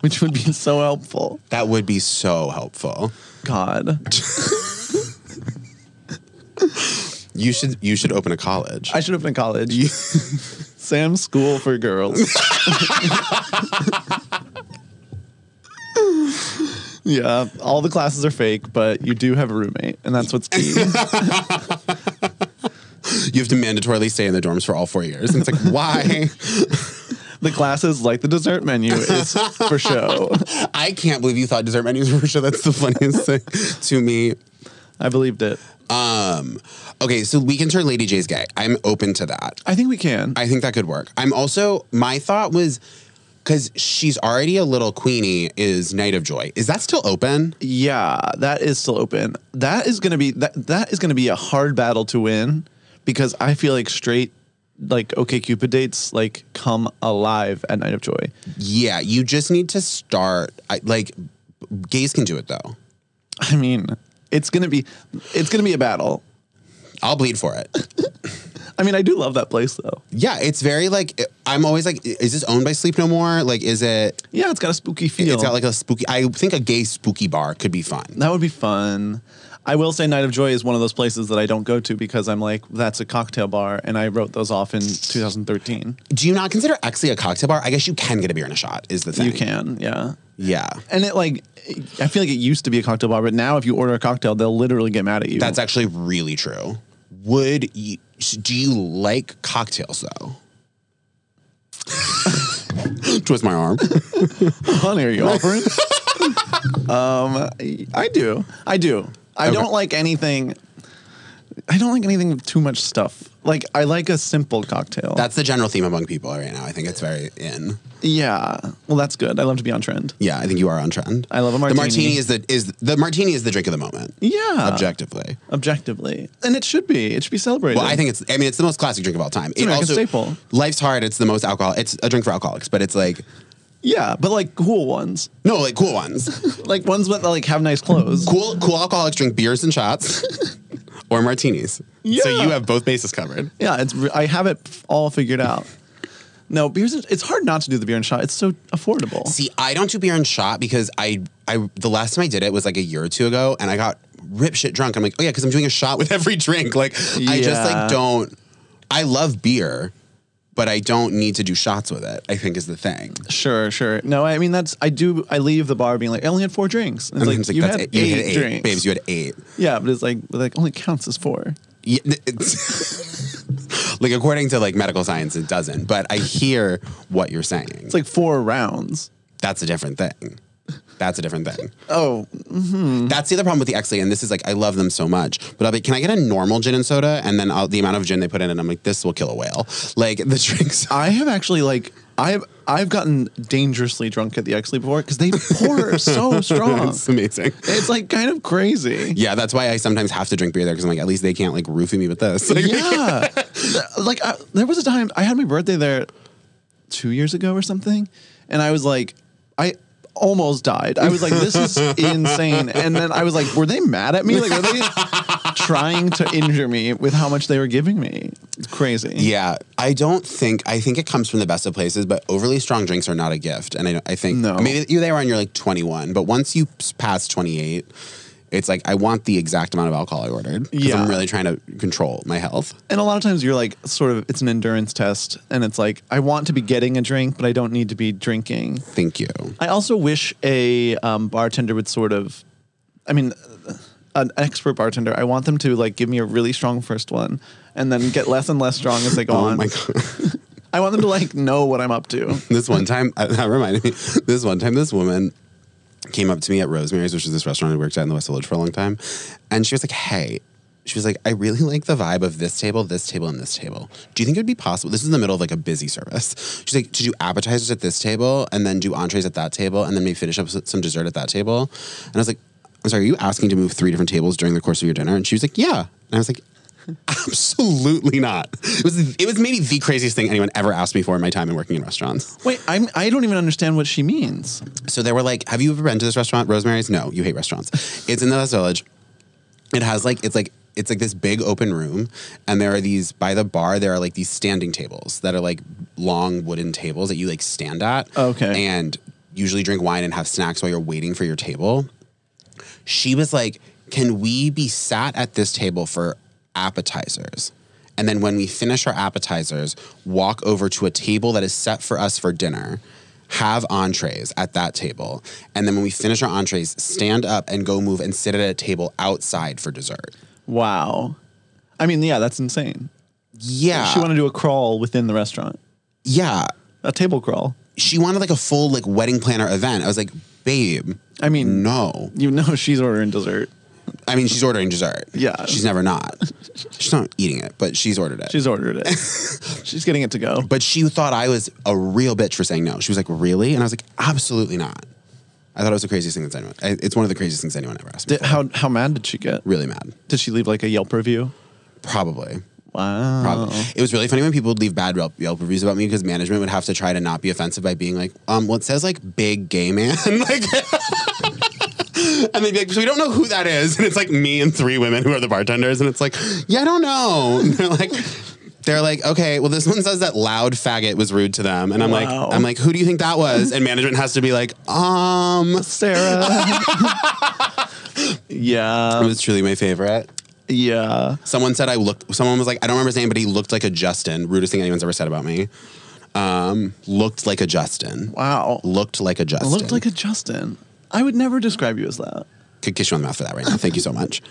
Speaker 4: which would be so helpful.
Speaker 2: That would be so helpful.
Speaker 4: God,
Speaker 2: You should you should open a college.
Speaker 4: I should have been in college. Sam's school for girls. yeah, all the classes are fake, but you do have a roommate, and that's what's key.
Speaker 2: you have to mandatorily stay in the dorms for all four years. And it's like, why?
Speaker 4: the classes, like the dessert menu, is for show.
Speaker 2: I can't believe you thought dessert menus were for sure. That's the funniest thing to me.
Speaker 4: I believed it.
Speaker 2: Um, okay, so we can turn Lady J's gay. I'm open to that.
Speaker 4: I think we can.
Speaker 2: I think that could work. I'm also my thought was because she's already a little queenie. Is Night of Joy is that still open?
Speaker 4: Yeah, that is still open. That is going to be that that is going to be a hard battle to win because I feel like straight like OK Cupid dates like come alive at Night of Joy.
Speaker 2: Yeah, you just need to start. I, like gays can do it though.
Speaker 4: I mean, it's going to be it's going to be a battle.
Speaker 2: I'll bleed for it.
Speaker 4: I mean, I do love that place though.
Speaker 2: Yeah, it's very like I'm always like, is this owned by Sleep No More? Like, is it?
Speaker 4: Yeah, it's got a spooky feel.
Speaker 2: It's got like a spooky. I think a gay spooky bar could be fun.
Speaker 4: that would be fun. I will say Night of Joy is one of those places that I don't go to because I'm like that's a cocktail bar and I wrote those off in 2013.
Speaker 2: Do you not consider Exley a cocktail bar? I guess you can get a beer and a shot. Is the thing
Speaker 4: You can, yeah.
Speaker 2: Yeah.
Speaker 4: And it like, I feel like it used to be a cocktail bar, but now if you order a cocktail, they'll literally get mad at you.
Speaker 2: That's actually really true. Would you do you like cocktails though? Twist my arm.
Speaker 4: funny. Are you offering? um, I- I do. I do. I
Speaker 2: Okay.
Speaker 4: don't like anything. I don't like anything with too much stuff. Like I like a simple cocktail.
Speaker 2: That's the general theme among people right now. I think it's very in.
Speaker 4: yeah. Well, that's good. I love to be on trend.
Speaker 2: Yeah, I think you are on trend.
Speaker 4: I love a
Speaker 2: The
Speaker 4: martini.
Speaker 2: martini is the is the martini is the drink of the moment.
Speaker 4: Yeah.
Speaker 2: Objectively.
Speaker 4: Objectively, and it should be. It should be celebrated.
Speaker 2: Well, I think it's I mean it's the most classic drink of all time. It's
Speaker 4: American staple.
Speaker 2: Life's hard, it's the most alcohol. It's a drink for alcoholics, but it's like
Speaker 4: Yeah, but like cool ones,
Speaker 2: no, like cool ones.
Speaker 4: like ones that like have nice clothes.
Speaker 2: cool cool alcoholics drink beers and shots or martinis. So
Speaker 4: Yeah.
Speaker 2: you have both bases covered.
Speaker 4: Yeah, it's I have it all figured out. No, beers. and- It's hard not to do the beer and shot. It's so affordable.
Speaker 2: See, I don't do beer and shot because I, I the last time I did it was like a year or two ago, and I got rip shit drunk. I'm like, oh yeah, because I'm doing a shot with every drink. Like, I just
Speaker 4: Yeah.
Speaker 2: like don't. I love beer, but I don't need to do shots with it. I think is the thing.
Speaker 4: Sure, sure. No, I mean that's I do. I leave the bar being like, I only had four drinks. And
Speaker 2: And
Speaker 4: it's like,
Speaker 2: it's like,
Speaker 4: you
Speaker 2: that's
Speaker 4: had
Speaker 2: it.
Speaker 4: eight,
Speaker 2: you had eight,
Speaker 4: drinks,
Speaker 2: babes. You had eight.
Speaker 4: yeah, but it's like like only counts as four.
Speaker 2: Yeah, th- it's- like according to like medical science, it doesn't. But I hear what you're saying.
Speaker 4: It's like four rounds.
Speaker 2: that's a different thing. That's a different thing.
Speaker 4: Oh,
Speaker 2: That's the other problem with the Exley, and this is like I love them so much, but I'll be, can I get a normal gin and soda? And then I'll, the amount of gin they put in, and I'm like, this will kill a whale. Like the drinks.
Speaker 4: I have actually like I've I've gotten dangerously drunk at the Exley before because they pour so strong.
Speaker 2: It's amazing.
Speaker 4: It's like kind of crazy.
Speaker 2: Yeah, that's why I sometimes have to drink beer there because I'm like, at least they can't like roofie me with this. Like,
Speaker 4: yeah. Th- like I, there was a time I had my birthday there two years ago or something, and I was like, I almost died. I was like, this is insane. And then I was like, were they mad at me? Like, were they trying to injure me with how much they were giving me. It's crazy.
Speaker 2: Yeah, I don't think I think it comes from the best of places, but overly strong drinks are not a gift, and I don't, I think
Speaker 4: No.
Speaker 2: maybe you they were when you're like 21, but once you s- pass 28, it's like I want the exact amount of alcohol I ordered because
Speaker 4: Yeah.
Speaker 2: I'm really trying to control my health.
Speaker 4: And a lot of times you're like, sort of, it's an endurance test. And it's like, I want to be getting a drink, but I don't need to be drinking.
Speaker 2: Thank you. Oh
Speaker 4: I also wish a um, bartender would sort of, I mean, uh, an expert bartender. I want them to like give me a really strong first one, and then get less and less strong as they go
Speaker 2: Oh
Speaker 4: on.
Speaker 2: my god.
Speaker 4: I want them to like know what I'm up to.
Speaker 2: this one time uh, that reminded me this one time this woman came up to me at rosemary's which is this restaurant i worked at in the west village for a long time and she was like hey she was like i really like the vibe of this table this table and this table do you think it would be possible this is in the middle of like a busy service she's like to do appetizers at this table and then do entrees at that table and then maybe finish up s- some dessert at that table and i was like i'm sorry are you asking to move three different tables during the course of your dinner and she was like yeah and i was like absolutely not it was it was maybe the craziest thing anyone ever asked me for in my time in working in restaurants
Speaker 4: Wait, I'm I don't even understand what she means.
Speaker 2: so they were like, "Have you ever been to this restaurant, Rosemary's?" No, you hate restaurants. It's in the West Village. It has like it's like it's like this big open room, and there are these by the bar. There are like these standing tables that are like long wooden tables that you like stand at.
Speaker 4: Okay.
Speaker 2: and usually drink wine and have snacks while you're waiting for your table. She was like, "Can we be sat at this table for appetizers?" And then when we finish our appetizers, walk over to a table that is set for us for dinner, have entrees at that table. And then when we finish our entrees, stand up and go move and sit at a table outside for dessert.
Speaker 4: Wow. I mean, yeah, that's insane.
Speaker 2: Yeah.
Speaker 4: She wanted to do a crawl within the restaurant,
Speaker 2: yeah.
Speaker 4: a table crawl.
Speaker 2: She wanted like a full like wedding planner event. I was like, babe,
Speaker 4: I mean,
Speaker 2: no.
Speaker 4: you know, she's ordering dessert.
Speaker 2: I mean, she's ordering dessert.
Speaker 4: Yeah.
Speaker 2: She's never not. She's not eating it, but she's ordered it.
Speaker 4: She's ordered it. she's getting it to go.
Speaker 2: but she thought I was a real bitch for saying no. She was like, really? And I was like, absolutely not. I thought it was the craziest thing that's anyone. I- It's one of the craziest things anyone ever asked me.
Speaker 4: Did,
Speaker 2: for.
Speaker 4: how how mad did she get?
Speaker 2: really mad.
Speaker 4: Did she leave like a Yelp review?
Speaker 2: Probably.
Speaker 4: Wow.
Speaker 2: Probably. It was really funny when people would leave bad Yelp, Yelp reviews about me because management would have to try to not be offensive by being like, um, well, it says like big gay man. like, and they'd be like, so we don't know who that is. And it's like me and three women who are the bartenders. And it's like, yeah, I don't know. And they're like, they're like, okay, well, this one says that loud faggot was rude to them. And I'm
Speaker 4: Wow.
Speaker 2: like, I'm like, who do you think that was? And management has to be like, um,
Speaker 4: Sarah.
Speaker 2: it
Speaker 4: yeah.
Speaker 2: was truly my favorite.
Speaker 4: Yeah.
Speaker 2: Someone said I looked. Someone was like, I don't remember his name, but he looked like a Justin. Rudest thing anyone's ever said about me. Um, looked like a Justin.
Speaker 4: Wow.
Speaker 2: Looked like a Justin.
Speaker 4: Looked like a Justin. I would never describe you as that.
Speaker 2: Could kiss you on the mouth for that right now. Thank you so much.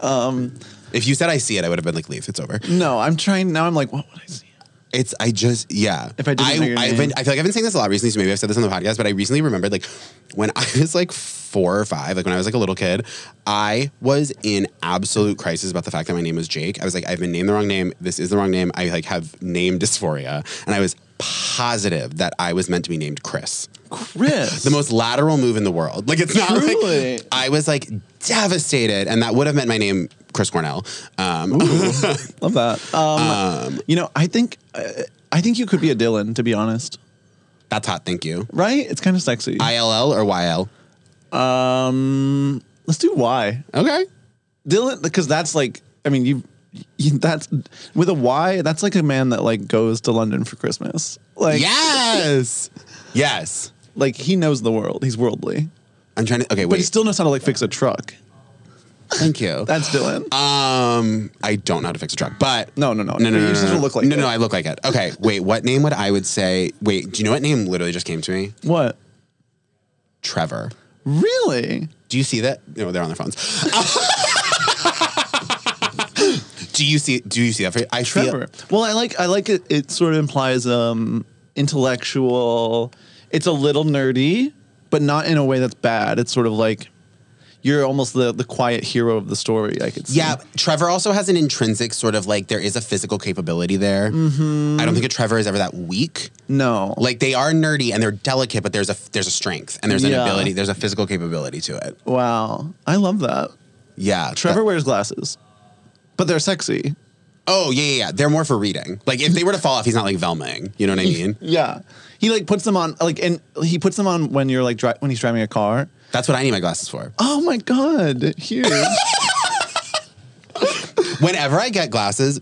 Speaker 2: Um, if you said I see it, I would have been like, leave. It's over.
Speaker 4: No, I'm trying now. I'm like, what would I see?
Speaker 2: It's I just yeah.
Speaker 4: If I didn't know your
Speaker 2: I've
Speaker 4: name.
Speaker 2: been, I feel like I've been saying this a lot recently, so maybe I've said this on the podcast, but I recently remembered like when I was like four or five, like when I was like a little kid, I was in absolute crisis about the fact that my name was Jake. I was like, I've been named the wrong name. This is the wrong name. I like have name dysphoria, and I was positive that I was meant to be named Chris.
Speaker 4: Chris.
Speaker 2: The most lateral move in the world. Like it's not
Speaker 4: Truly.
Speaker 2: like I was like devastated, and that would have meant my name Chris Cornell. Um,
Speaker 4: Love that. Um, you know, I think uh, I think you could be a Dylan, to be honest.
Speaker 2: that's hot. Thank you.
Speaker 4: Right? It's kind of sexy.
Speaker 2: ILL or YL.
Speaker 4: um, let's do Y.
Speaker 2: Okay.
Speaker 4: Dylan, because that's like, I mean, you, you, that's with a Y. That's like a man that like goes to London for Christmas. Like,
Speaker 2: yes. Yes.
Speaker 4: like he knows the world. He's worldly,
Speaker 2: I'm trying to. Okay,
Speaker 4: but
Speaker 2: wait.
Speaker 4: he still knows how to like fix a truck.
Speaker 2: thank you.
Speaker 4: That's Dylan.
Speaker 2: um, I don't know how to fix a truck, but
Speaker 4: No, no, Uh, no.
Speaker 2: no, no,
Speaker 4: You
Speaker 2: no,
Speaker 4: just
Speaker 2: no, no.
Speaker 4: look like
Speaker 2: no,
Speaker 4: it.
Speaker 2: no. I look like it. Okay, wait. What name would I would say? Wait, do you know what name literally just came to me?
Speaker 4: what?
Speaker 2: Trevor.
Speaker 4: Really?
Speaker 2: Do you see that? No, they're on their phones. do you see? Do you see that? I feel-
Speaker 4: Trevor. Well, I like I like it. It sort of implies um intellectual. It's a little nerdy, but not in a way that's bad. It's sort of like you're almost the the quiet hero of the story. I could see.
Speaker 2: Yeah, Trevor also has an intrinsic sort of like there is a physical capability there.
Speaker 4: Mm-hmm.
Speaker 2: I don't think a Trevor is ever that weak.
Speaker 4: No.
Speaker 2: Like they are nerdy and they're delicate, but there's a there's a strength and there's an
Speaker 4: Yeah.
Speaker 2: ability, there's a physical capability to it.
Speaker 4: wow. I love that.
Speaker 2: Yeah,
Speaker 4: Trevor
Speaker 2: That-
Speaker 4: wears glasses, but they're sexy.
Speaker 2: oh yeah, yeah, yeah. They're more for reading. Like if they were to fall off, he's not like Velming. You know what I mean?
Speaker 4: Yeah. He like puts them on like and he puts them on when you're like dri- when he's driving a car.
Speaker 2: That's what I need my glasses for.
Speaker 4: Oh my god, huge.
Speaker 2: Whenever I get glasses,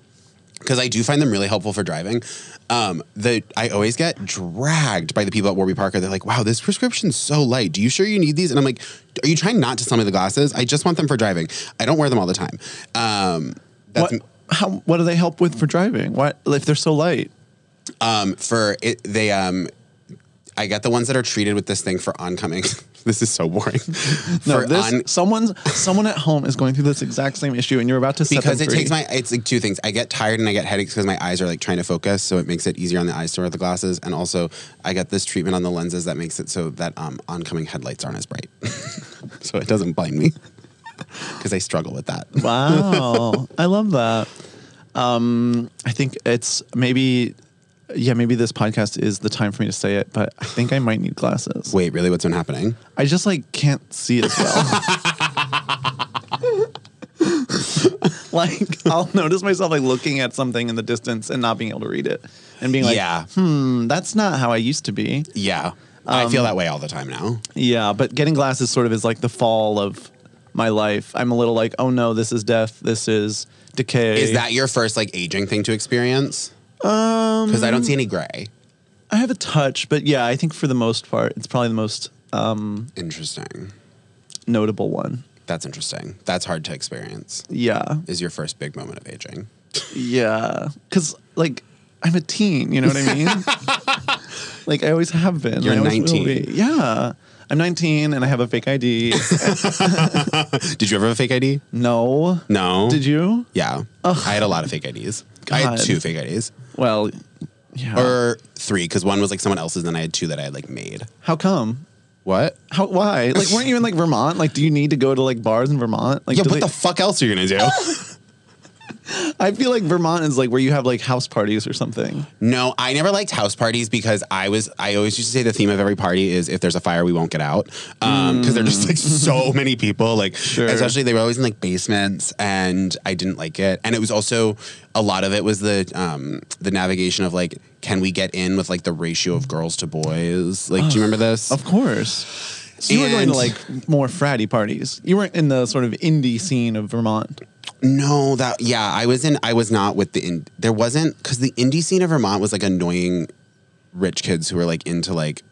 Speaker 2: because I do find them really helpful for driving, um, the I always get dragged by the people at Warby Parker. They're like, "Wow, this prescription's so light. Do you sure you need these?" And I'm like, "Are you trying not to sell me the glasses? I just want them for driving. I don't wear them all the time." Um, that's
Speaker 4: What, how, what do they help with for driving? What if they're so light?
Speaker 2: um, for it, they um, I get the ones that are treated with this thing for oncoming. this is so boring.
Speaker 4: No,
Speaker 2: for
Speaker 4: this
Speaker 2: on-
Speaker 4: someone's someone at home is going through this exact same issue, and you're about to set
Speaker 2: because
Speaker 4: them
Speaker 2: it
Speaker 4: free.
Speaker 2: takes my it's like two things i get tired and i get headaches because my eyes are like trying to focus so it makes it easier on the eyes to wear the glasses and also i get this treatment on the lenses that makes it so that um, oncoming headlights aren't as bright so it doesn't blind me because i struggle with that
Speaker 4: Wow, I love that. Um, I think it's maybe, yeah, maybe this podcast is the time for me to say it, but I think I might need glasses.
Speaker 2: wait really what's been happening
Speaker 4: I just like can't see as well. like I'll notice myself like looking at something in the distance and not being able to read it, and being like,
Speaker 2: yeah
Speaker 4: "Mm, "That's not how I used to be."
Speaker 2: yeah
Speaker 4: Um,
Speaker 2: i feel that way all the time now
Speaker 4: Yeah, but getting glasses sort of is like the fall of my life. I'm a little like, "Oh no, this is death. This is decay."
Speaker 2: is that your first like aging thing to experience um because i don't see any gray
Speaker 4: I have a touch, but yeah, I think for the most part, it's probably the most um,
Speaker 2: interesting
Speaker 4: notable one.
Speaker 2: that's interesting that's hard to experience
Speaker 4: Yeah,
Speaker 2: is your first big moment of aging
Speaker 4: yeah, because like I'm a teen, you know what I mean? like I always have been.
Speaker 2: You're
Speaker 4: I always will
Speaker 2: 19.
Speaker 4: be. Yeah, I'm 19 and I have a fake ID.
Speaker 2: did you ever have a fake id
Speaker 4: no,
Speaker 2: No.
Speaker 4: Did you?
Speaker 2: Yeah. I had a lot of fake IDs. I
Speaker 4: God.
Speaker 2: had two fake IDs
Speaker 4: Well, yeah.
Speaker 2: or three because one was like someone else's, and I had two that I had like made.
Speaker 4: How come?
Speaker 2: What?
Speaker 4: How? Why? Like, weren't you in like Vermont? Like, do you need to go to like bars in Vermont? Like,
Speaker 2: Yeah,
Speaker 4: do
Speaker 2: what
Speaker 4: they-
Speaker 2: the fuck else are you gonna do?
Speaker 4: I feel like Vermont is like where you have like house parties or something.
Speaker 2: no, I never liked house parties because I was I always used to say the theme of every party is if there's a fire we won't get out because they're just like so many people like especially they were always in like basements and I didn't like it and it was also a lot of it was the um the navigation of like can we get in with like the ratio of girls to boys like do you remember this
Speaker 4: Of course. So you were going
Speaker 2: And-
Speaker 4: to like more fratty parties. You weren't in the sort of indie scene of Vermont.
Speaker 2: No, that yeah, I was in. I was not with the in. There wasn't because the indie scene of Vermont was like annoying rich kids who were like into like.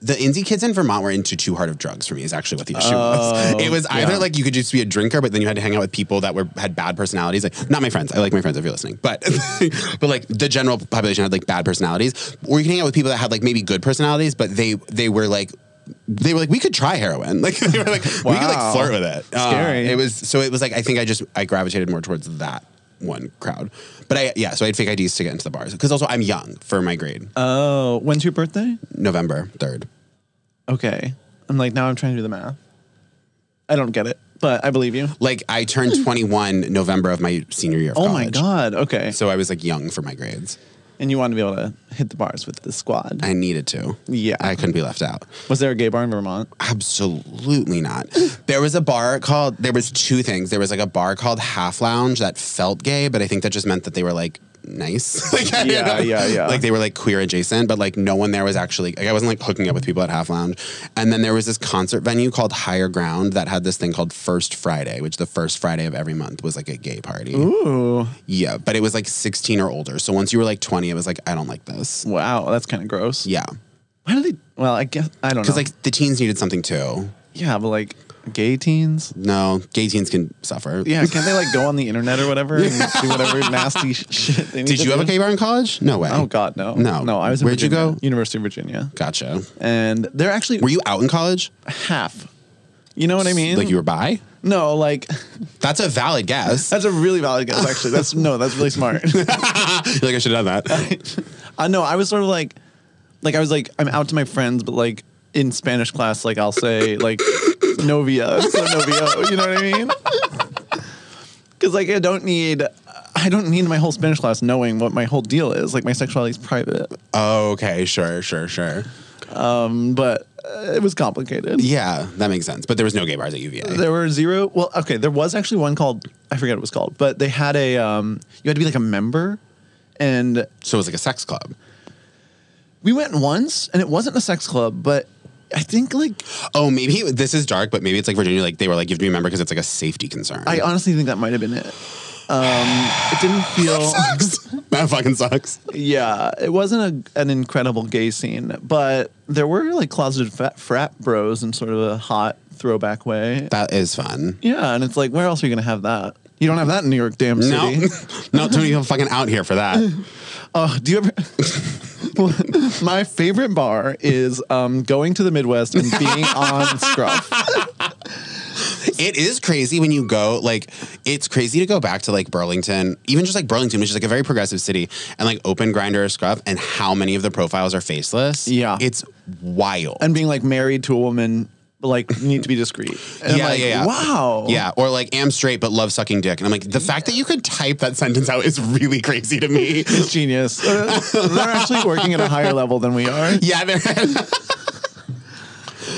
Speaker 2: The indie kids in Vermont were into too hard of drugs for me is actually what the issue was. It was either
Speaker 4: Oh, yeah.
Speaker 2: like you could just be a drinker, but then you had to hang out with people that were had bad personalities. Like not my friends. I like my friends if you're listening, but but like the general population had like bad personalities, or you can hang out with people that had like maybe good personalities, but they they were like they were like we could try heroin. Like they were like we could
Speaker 4: Wow.
Speaker 2: like flirt with it. Uh,
Speaker 4: Scary.
Speaker 2: it was so it was like I think I just I gravitated more towards that one crowd. But I yeah, so I had fake IDs to get into the bars because also I'm young for my grade.
Speaker 4: Oh, when's your birthday?
Speaker 2: November third.
Speaker 4: Okay. I'm like, now I'm trying to do the math. I don't get it, but I believe you.
Speaker 2: Like I turned 21 November of my senior year. Of
Speaker 4: Hmm. Oh
Speaker 2: college.
Speaker 4: my God. Okay.
Speaker 2: So I was like young for my grades.
Speaker 4: And you want to be able to hit the bars with the squad.
Speaker 2: I needed to.
Speaker 4: Yeah.
Speaker 2: I couldn't be left out.
Speaker 4: Was there a gay bar in Vermont?
Speaker 2: Absolutely not. There was a bar called. There was two things. There was like a bar called Half Lounge that felt gay, but I think that just meant that they were like nice. like, I don't
Speaker 4: Yeah,
Speaker 2: know.
Speaker 4: yeah, yeah.
Speaker 2: Like they were like queer adjacent, but like no one there was actually. Like I wasn't like hooking up with people at Half Lounge. And then there was this concert venue called Higher Ground that had this thing called First Friday, which the first Friday of every month was like a gay party.
Speaker 4: Ooh.
Speaker 2: Yeah, but it was like 16 or older. So once you were like 20, it was like I don't like this.
Speaker 4: Wow. That's kind of gross.
Speaker 2: Yeah,
Speaker 4: Why do they? Well, I guess, I don't know.
Speaker 2: because like the teens needed something too.
Speaker 4: yeah, but like gay teens?
Speaker 2: No, gay teens can suffer.
Speaker 4: Yeah. Can't they like go on the internet or whatever and do whatever nasty sh- shit they need
Speaker 2: Did
Speaker 4: to
Speaker 2: you have
Speaker 4: do?
Speaker 2: a gay bar in college? No way.
Speaker 4: Oh God, no,
Speaker 2: No.
Speaker 4: no. I was in
Speaker 2: Where'd you
Speaker 4: Virginia,
Speaker 2: go?
Speaker 4: University of Virginia,
Speaker 2: Gotcha.
Speaker 4: and they're actually
Speaker 2: Were you out in college?
Speaker 4: half. You know what I mean?
Speaker 2: Like you were bi?
Speaker 4: no, like
Speaker 2: That's a valid guess.
Speaker 4: that's a really valid guess. Actually, that's no, that's really smart.
Speaker 2: You're like I should have done that.
Speaker 4: I know. I was sort of like, like I was like, I'm out to my friends, but like in Spanish class, like I'll say like novia, so novio. You know what I mean? Because like I don't need. I don't need my whole Spanish class knowing what my whole deal is. Like my sexuality is private,
Speaker 2: oh, okay, sure, sure, sure.
Speaker 4: but uh, it was complicated.
Speaker 2: Yeah, that makes sense. But there was no gay bars at UVA.
Speaker 4: There were zero. Well, okay, there was actually one called I forget what it was called, but they had a um, you had to be like a member, and
Speaker 2: so it was like a sex club.
Speaker 4: we went once, and it wasn't a sex club, but I think like
Speaker 2: Oh, maybe this is dark, but maybe it's like Virginia. Like they were like, you have to be a member because it's like a safety concern.
Speaker 4: I honestly think that might have been it. Um, It didn't feel.
Speaker 2: that fucking sucks.
Speaker 4: Yeah, it wasn't a, an incredible gay scene, but there were like closeted fat, frat bros in sort of a hot throwback way.
Speaker 2: That is fun.
Speaker 4: Yeah, and it's like, where else are you gonna have that? You don't have that in New York, damn
Speaker 2: No,
Speaker 4: city.
Speaker 2: no, too many people fucking out here for that.
Speaker 4: Oh, do you ever? My favorite bar is um, going to the Midwest and being on Scruff.
Speaker 2: It is crazy when you go, like, it's crazy to go back to like Burlington, even just like Burlington, which is like a very progressive city, and like open grinder or scruff, and how many of the profiles are faceless.
Speaker 4: Yeah.
Speaker 2: It's wild.
Speaker 4: and being like married to a woman, like need to be discreet. And
Speaker 2: Yeah,
Speaker 4: I'm like,
Speaker 2: yeah, yeah.
Speaker 4: Wow.
Speaker 2: yeah, or like am straight but love sucking dick, and I'm like the fact that you could type that sentence out is really crazy to me.
Speaker 4: It's genius. Uh, They're actually working at a higher level than we are.
Speaker 2: yeah, they're-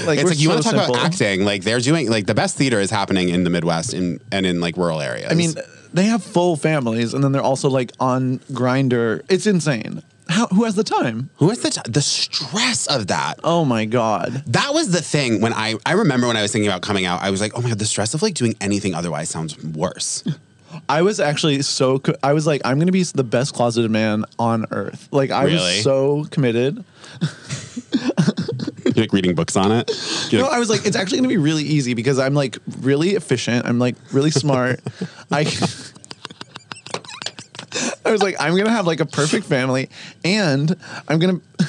Speaker 4: Like,
Speaker 2: it's
Speaker 4: we're
Speaker 2: like you want to
Speaker 4: so
Speaker 2: talk
Speaker 4: simple.
Speaker 2: about acting. Like they're doing like the best theater is happening in the Midwest in, and in like rural areas.
Speaker 4: I mean, they have full families, and then they're also like on grinder. It's insane. How, who has the time?
Speaker 2: who is the t- the stress of that?
Speaker 4: Oh my god.
Speaker 2: That was the thing when I I remember when I was thinking about coming out, I was like, oh my god, the stress of like doing anything otherwise sounds worse.
Speaker 4: I was actually so co- I was like I'm going to be the best closeted man on earth. Like I
Speaker 2: Really?
Speaker 4: was so committed.
Speaker 2: You're like reading books on it. You're
Speaker 4: No,
Speaker 2: like,
Speaker 4: I was like it's actually going to be really easy because I'm like really efficient. I'm like really smart. I I was like I'm going to have like a perfect family and I'm going to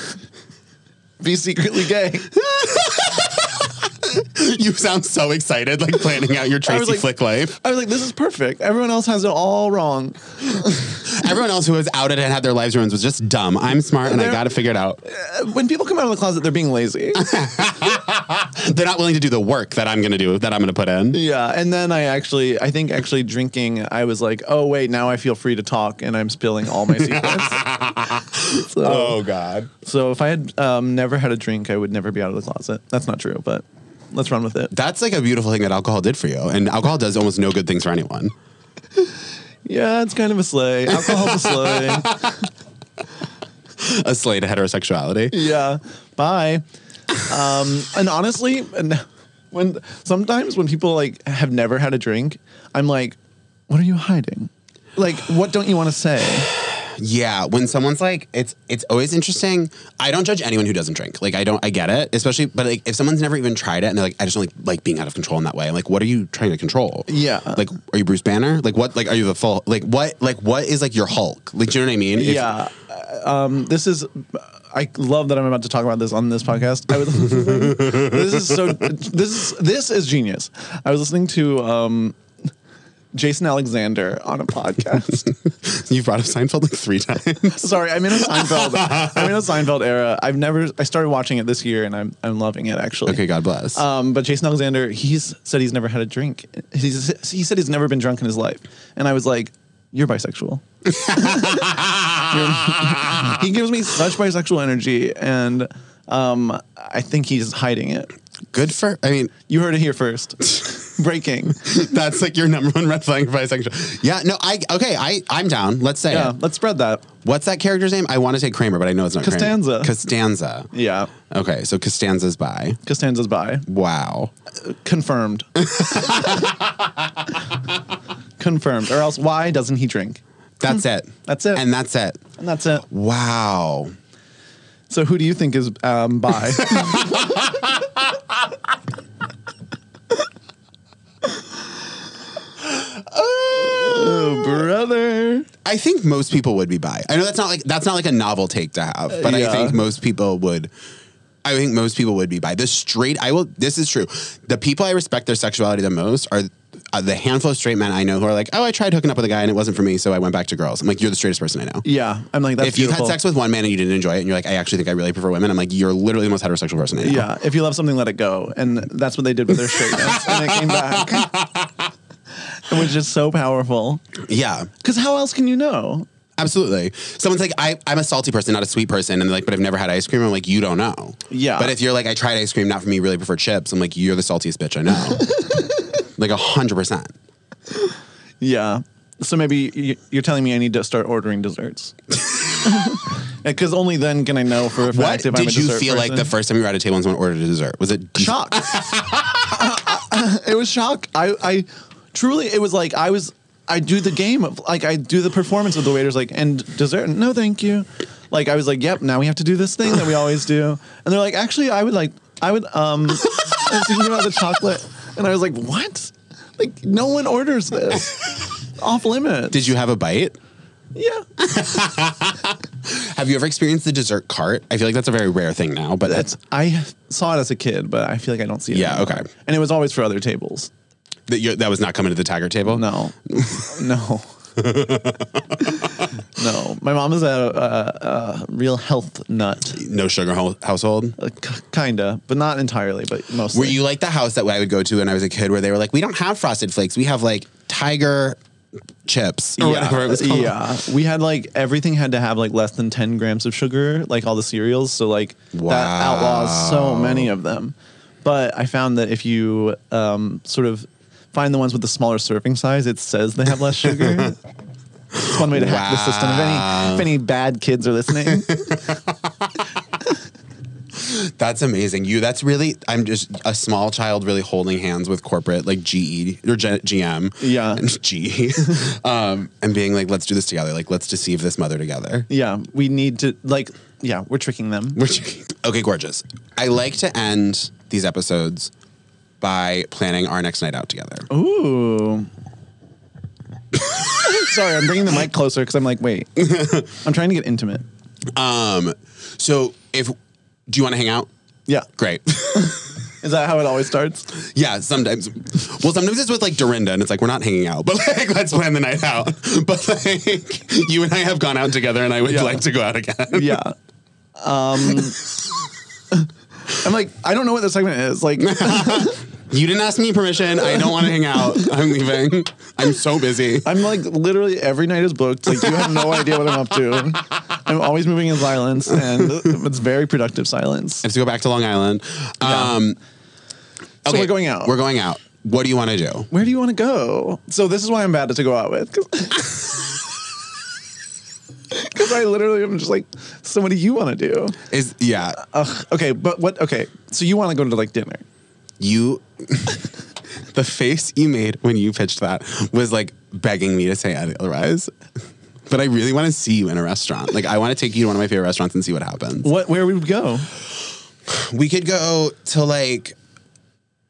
Speaker 4: be secretly gay.
Speaker 2: you sound so excited, like planning out your Tracy
Speaker 4: was like-
Speaker 2: Flick life.
Speaker 4: I was like this is perfect. Everyone else has it all wrong.
Speaker 2: Everyone else who was outed and had their lives ruined was just dumb. I'm smart and I
Speaker 4: They're-
Speaker 2: got to figure it out.
Speaker 4: Uh, When people come out of the closet they're being lazy.
Speaker 2: They're not willing to do the work that I'm going to do, that I'm going to put in.
Speaker 4: Yeah, and then I actually, I think actually drinking, I was like, oh wait, now I feel free to talk, and I'm spilling all my secrets. so,
Speaker 2: Oh, God.
Speaker 4: so if I had um, never had a drink, I would never be out of the closet. That's not true, but let's run with it.
Speaker 2: That's like a beautiful thing that alcohol did for you. And alcohol does almost no good things for anyone.
Speaker 4: Yeah, it's kind of a sleigh. Alcohol's a sleigh.
Speaker 2: A slay to heterosexuality.
Speaker 4: yeah bye um and honestly and when sometimes when people like have never had a drink i'm like what are you hiding like what don't you want to say
Speaker 2: Yeah, when someone's like, it's it's always interesting. I don't judge anyone who doesn't drink. Like I don't, I get it, especially. But like, if someone's never even tried it and they're like, I just don't like like being out of control in that way. I'm like, what are you trying to control?
Speaker 4: Yeah.
Speaker 2: Like, are you Bruce Banner? Like what? Like are you the full? Like what? Like what is like your Hulk? Like do you know what I mean? If-
Speaker 4: yeah um this is I love that I'm about to talk about this on this podcast. I was this is so this is this is genius. I was listening to um, Jason Alexander on a podcast.
Speaker 2: you brought up Seinfeld like three times.
Speaker 4: Sorry, I'm in a Seinfeld. I'm in a Seinfeld era. I've never. I started watching it this year, and I'm I'm loving it actually.
Speaker 2: okay, God bless.
Speaker 4: Um, but Jason Alexander, he's said he's never had a drink. He's, he said he's never been drunk in his life, and I was like, "You're bisexual." You're- he gives me such bisexual energy, and um, I think he's hiding it.
Speaker 2: Good for. I mean,
Speaker 4: You heard it here first. Breaking.
Speaker 2: that's like your number one red flag for bisexual. Yeah. No. I okay. I I'm down. Let's say
Speaker 4: Yeah,
Speaker 2: it.
Speaker 4: let's spread that.
Speaker 2: What's that character's name? I want to say Kramer, but I know it's not Kramer.
Speaker 4: Costanza.
Speaker 2: Costanza.
Speaker 4: Yeah,
Speaker 2: Okay, so Costanza's by.
Speaker 4: Costanza's by.
Speaker 2: Wow.
Speaker 4: Confirmed. Confirmed. Or else, why doesn't he drink?
Speaker 2: That's it.
Speaker 4: Hmm. That's it.
Speaker 2: And that's it.
Speaker 4: And that's it.
Speaker 2: Wow.
Speaker 4: So, who do you think is um, bi? oh, brother.
Speaker 2: I think most people would be bi. I know that's not like that's not like a novel take to have, but I
Speaker 4: Uh, Yeah.
Speaker 2: think most people would I think most people would be bi. The straight I will this is true. The people I respect their sexuality the most are uh, the handful of straight men I know who are like, "Oh, I tried hooking up with a guy and it wasn't for me, so I went back to girls." I'm like, "You're the straightest person I know."
Speaker 4: Yeah, I'm like that's
Speaker 2: if you've had
Speaker 4: beautiful.
Speaker 2: sex with one man and you didn't enjoy it and you're like, "I actually think I really prefer women." I'm like, "You're literally the most heterosexual person I know."
Speaker 4: Yeah, if you love something, let it go, and that's what they did with their straightness, and it came back, which is so powerful.
Speaker 2: Yeah.
Speaker 4: Because how else can you know?
Speaker 2: Absolutely. Someone's like, I, I'm a salty person, not a sweet person. And they're like, but I've never had ice cream. I'm like, you don't know.
Speaker 4: Yeah.
Speaker 2: But if you're like, I tried ice cream, not for me, really prefer chips. I'm like, you're the saltiest bitch I know. like, 100%.
Speaker 4: Yeah. So maybe y- you're telling me I need to start ordering desserts. Because only then can I know for a
Speaker 2: What
Speaker 4: fact if I'm a
Speaker 2: did you
Speaker 4: dessert
Speaker 2: feel like the
Speaker 4: person.
Speaker 2: first time you were at a table and someone ordered a dessert? Was it
Speaker 4: shock? it was shock. I, I truly, it was like I was. I do the game of like I do the performance of the waiters like and dessert. No, thank you. Like I was like, yep. Now we have to do this thing that we always do, and they're like, actually, I would like, I would um, I was thinking about the chocolate, and I was like, what? Like no one orders this. Off limit.
Speaker 2: Did you have a bite?
Speaker 4: yeah.
Speaker 2: Have you ever experienced the dessert cart? I feel like that's a very rare thing now, but
Speaker 4: That's I saw it as a kid, but I feel like I don't see it.
Speaker 2: Yeah,
Speaker 4: anymore.
Speaker 2: okay.
Speaker 4: And it was always for other tables.
Speaker 2: that, you, that was not coming to the Tiger table.
Speaker 4: No, no, no. My mom is a, a, a real health nut,
Speaker 2: no sugar ho- household.
Speaker 4: Uh, k- kinda, but not entirely, but mostly.
Speaker 2: Were you like the house that I would go to when I was a kid, where they were like, "We don't have Frosted Flakes. We have like Tiger chips or whatever it was called."
Speaker 4: Yeah, we had like everything had to have like less than ten grams of sugar, like all the cereals. So like that outlaws so many of them. But I found that if you um, sort of find the ones with the smaller serving size, it says they have less sugar. It's one way to hack the system. If any, if any bad kids are listening,
Speaker 2: That's amazing. You. That's really. I'm just a small child, really holding hands with corporate, like GE or G- GM.
Speaker 4: Yeah.
Speaker 2: and GE, um, and being like, "Let's do this together. Like, let's deceive this mother together."
Speaker 4: yeah, we need to like, yeah, we're tricking them.
Speaker 2: We're okay, gorgeous. I like to end these episodes by planning our next night out together.
Speaker 4: Ooh. Sorry, I'm bringing the mic closer because I'm like, wait, I'm trying to get intimate.
Speaker 2: Um, so if do you want to hang out?
Speaker 4: Yeah,
Speaker 2: Great.
Speaker 4: Is that how it always starts?
Speaker 2: yeah, sometimes. Well, sometimes it's with like Dorinda, and it's like we're not hanging out, but like let's plan the night out. But like you and I have gone out together, and I would
Speaker 4: Yeah.
Speaker 2: like to go out again.
Speaker 4: Yeah. Um, I'm like, I don't know what this segment is. Like,
Speaker 2: You didn't ask me permission. I don't want to hang out. I'm leaving. I'm so busy.
Speaker 4: I'm like, literally every night is booked. Like, you have no idea what I'm up to. I'm always moving in silence, and it's very productive silence.
Speaker 2: I have to go back to Long Island. Um,
Speaker 4: So we're going out.
Speaker 2: We're going out. What do you want to do?
Speaker 4: Where do you want to go? So this is why I'm bad to go out with. Because I literally am just like, so what do you want to do?
Speaker 2: Is yeah.
Speaker 4: Ugh, okay, but what? Okay, so you want to go to like dinner?
Speaker 2: you the face you made when you pitched that was like begging me to say otherwise but i really want to see you in a restaurant like i want to take you to one of my favorite restaurants and see what happens
Speaker 4: What? Where we would go?
Speaker 2: we could go to like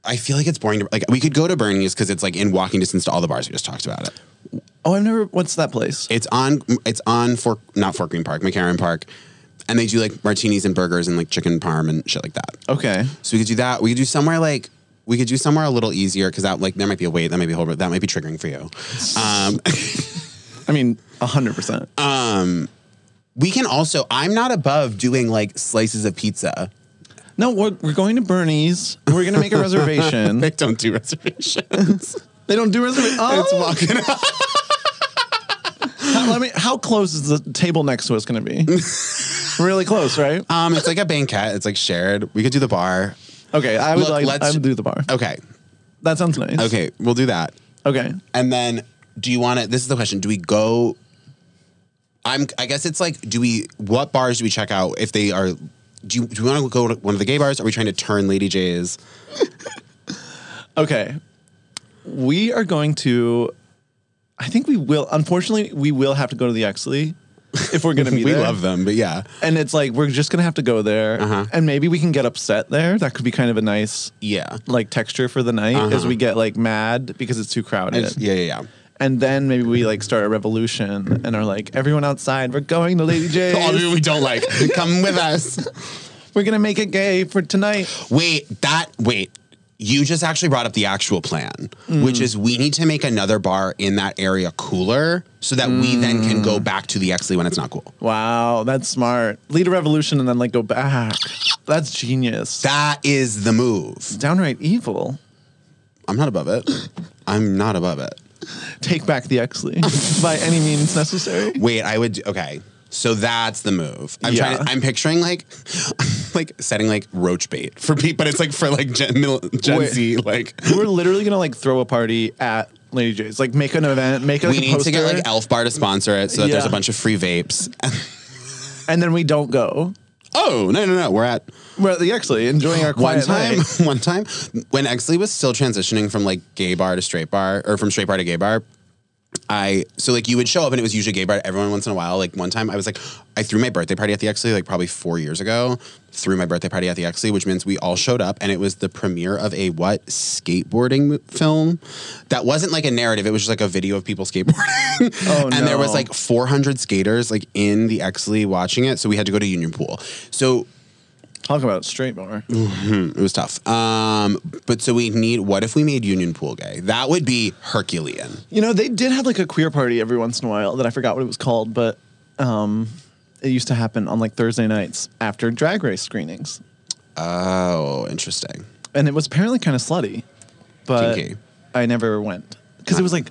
Speaker 2: i feel like it's boring to like we could go to bernie's because it's like in walking distance to all the bars we just talked about it
Speaker 4: Oh, I've never. What's that place?
Speaker 2: it's on it's on Fort not Fort Green Park, McCarran Park. And they do like martinis and burgers and like chicken parm and shit like that.
Speaker 4: Okay.
Speaker 2: So we could do that. We could do somewhere like we could do somewhere a little easier because that like there might be a wait, that might be a whole, that might be triggering for you. Um,
Speaker 4: I mean, hundred percent.
Speaker 2: we can also. I'm not above doing like slices of pizza.
Speaker 4: No, we're, we're going to Bernie's. We're gonna make a reservation.
Speaker 2: They don't do reservations.
Speaker 4: they don't do reservations.
Speaker 2: it's
Speaker 4: Oh,
Speaker 2: walking up.
Speaker 4: how, let me- how close is the table next to us gonna be? really close, right?
Speaker 2: Um, it's like a banquet. It's like shared. We could do the bar.
Speaker 4: Okay, I would
Speaker 2: Look,
Speaker 4: like.
Speaker 2: let's-
Speaker 4: I would do the bar.
Speaker 2: Okay,
Speaker 4: That sounds nice.
Speaker 2: okay, we'll do that.
Speaker 4: Okay.
Speaker 2: And then, do you want to? This is the question. Do we go? I'm. I guess it's like, do we? What bars do we check out if they are? Do you, do we want to go to one of the gay bars? Are we trying to turn Lady J's?
Speaker 4: Okay. We are going to. I think we will. Unfortunately, we will have to go to the Exley if we're gonna be
Speaker 2: we
Speaker 4: there.
Speaker 2: love them, but yeah,
Speaker 4: And it's like we're just gonna have to go there,
Speaker 2: Uh-huh.
Speaker 4: and maybe we can get upset there. That could be kind of a nice
Speaker 2: yeah,
Speaker 4: like texture for the night, as we get like mad because it's too crowded.
Speaker 2: Uh-huh. It's- yeah, yeah, yeah.
Speaker 4: and then maybe we like start a revolution and are like, everyone outside, we're going to Lady
Speaker 2: To All of you
Speaker 4: J's.
Speaker 2: we don't like, come with us.
Speaker 4: We're gonna make it gay for tonight.
Speaker 2: Wait, that wait. You just actually brought up the actual plan, which is we need to make another bar in that area cooler so that we then can go back to the Exley when it's not cool.
Speaker 4: Wow, that's smart. Lead a revolution and then like go back. That's genius.
Speaker 2: That is the move.
Speaker 4: Downright evil.
Speaker 2: I'm not above it. I'm not above it.
Speaker 4: Take back the Exley by any means necessary.
Speaker 2: Wait, I would. Okay, so that's the move. I'm
Speaker 4: Yeah.
Speaker 2: trying. To, I'm picturing like, like setting like roach bait for people, but it's like for like Gen, middle, Gen
Speaker 4: Wait.
Speaker 2: Z. Like
Speaker 4: We're literally gonna like throw a party at Lady J's. Like make an event, make like,
Speaker 2: we
Speaker 4: a
Speaker 2: need to get
Speaker 4: poster,
Speaker 2: like Elf Bar to sponsor it so that there's a
Speaker 4: Yeah.
Speaker 2: bunch of free vapes.
Speaker 4: and then we don't go.
Speaker 2: oh no no no! We're at
Speaker 4: We're at the Exley enjoying our
Speaker 2: one
Speaker 4: quiet
Speaker 2: time.
Speaker 4: night.
Speaker 2: One time when Exley was still transitioning from like gay bar to straight bar, or from straight bar to gay bar. I so like you would show up and it was usually gay bar every once in a while. Like one time I was like, I threw my birthday party at the Exley like probably four years ago. Threw my birthday party at the Exley, which means we all showed up and it was the premiere of a what skateboarding mo- film that wasn't like a narrative. It was just like a video of people skateboarding.
Speaker 4: Oh,
Speaker 2: And there was
Speaker 4: no.
Speaker 2: like 400 skaters like in the Exley watching it. So we had to go to Union Pool. So
Speaker 4: Talk about straight bar.
Speaker 2: it was tough. Um, but so we need what if we made Union Pool gay? That would be Herculean.
Speaker 4: You know, they did have like a queer party every once in a while that I forgot what it was called, but um, it used to happen on like Thursday nights after drag race screenings.
Speaker 2: Oh, interesting.
Speaker 4: And it was apparently kind of slutty, but
Speaker 2: Kinky.
Speaker 4: I never went because it was like,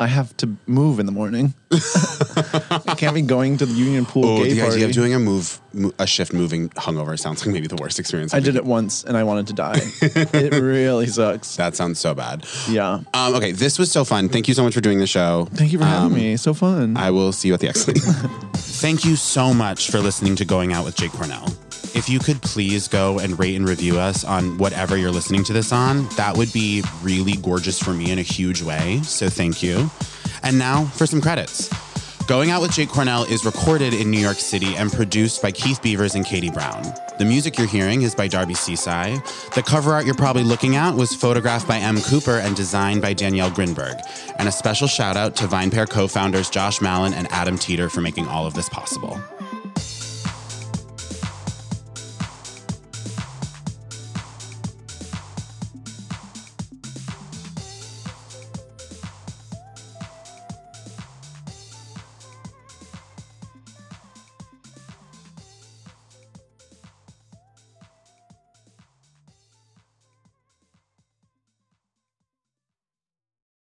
Speaker 4: I have to move in the morning. I can't be going to the Union Pool
Speaker 2: Oh,
Speaker 4: gay
Speaker 2: the
Speaker 4: party.
Speaker 2: idea of doing a move, mo- a shift moving hungover sounds like maybe the worst experience.
Speaker 4: I
Speaker 2: ever.
Speaker 4: did it once and I wanted to die. it really sucks.
Speaker 2: That sounds so bad.
Speaker 4: Yeah.
Speaker 2: Um, okay, this was so fun. Thank you so much for doing the show.
Speaker 4: Thank you for having
Speaker 2: Um,
Speaker 4: me. So fun.
Speaker 2: I will see you at the X League. Thank you so much for listening to Going Out with Jake Cornell. If you could please go and rate and review us on whatever you're listening to this on, that would be really gorgeous for me in a huge way. So thank you. And now for some credits. Going Out with Jake Cornell is recorded in New York City and produced by Keith Beavers and Katie Brown. The music you're hearing is by Darby Seasai. The cover art you're probably looking at was photographed by M. Cooper and designed by Danielle Grinberg. And a special shout out to VinePair co founders Josh Malin and Adam Teeter for making all of this possible.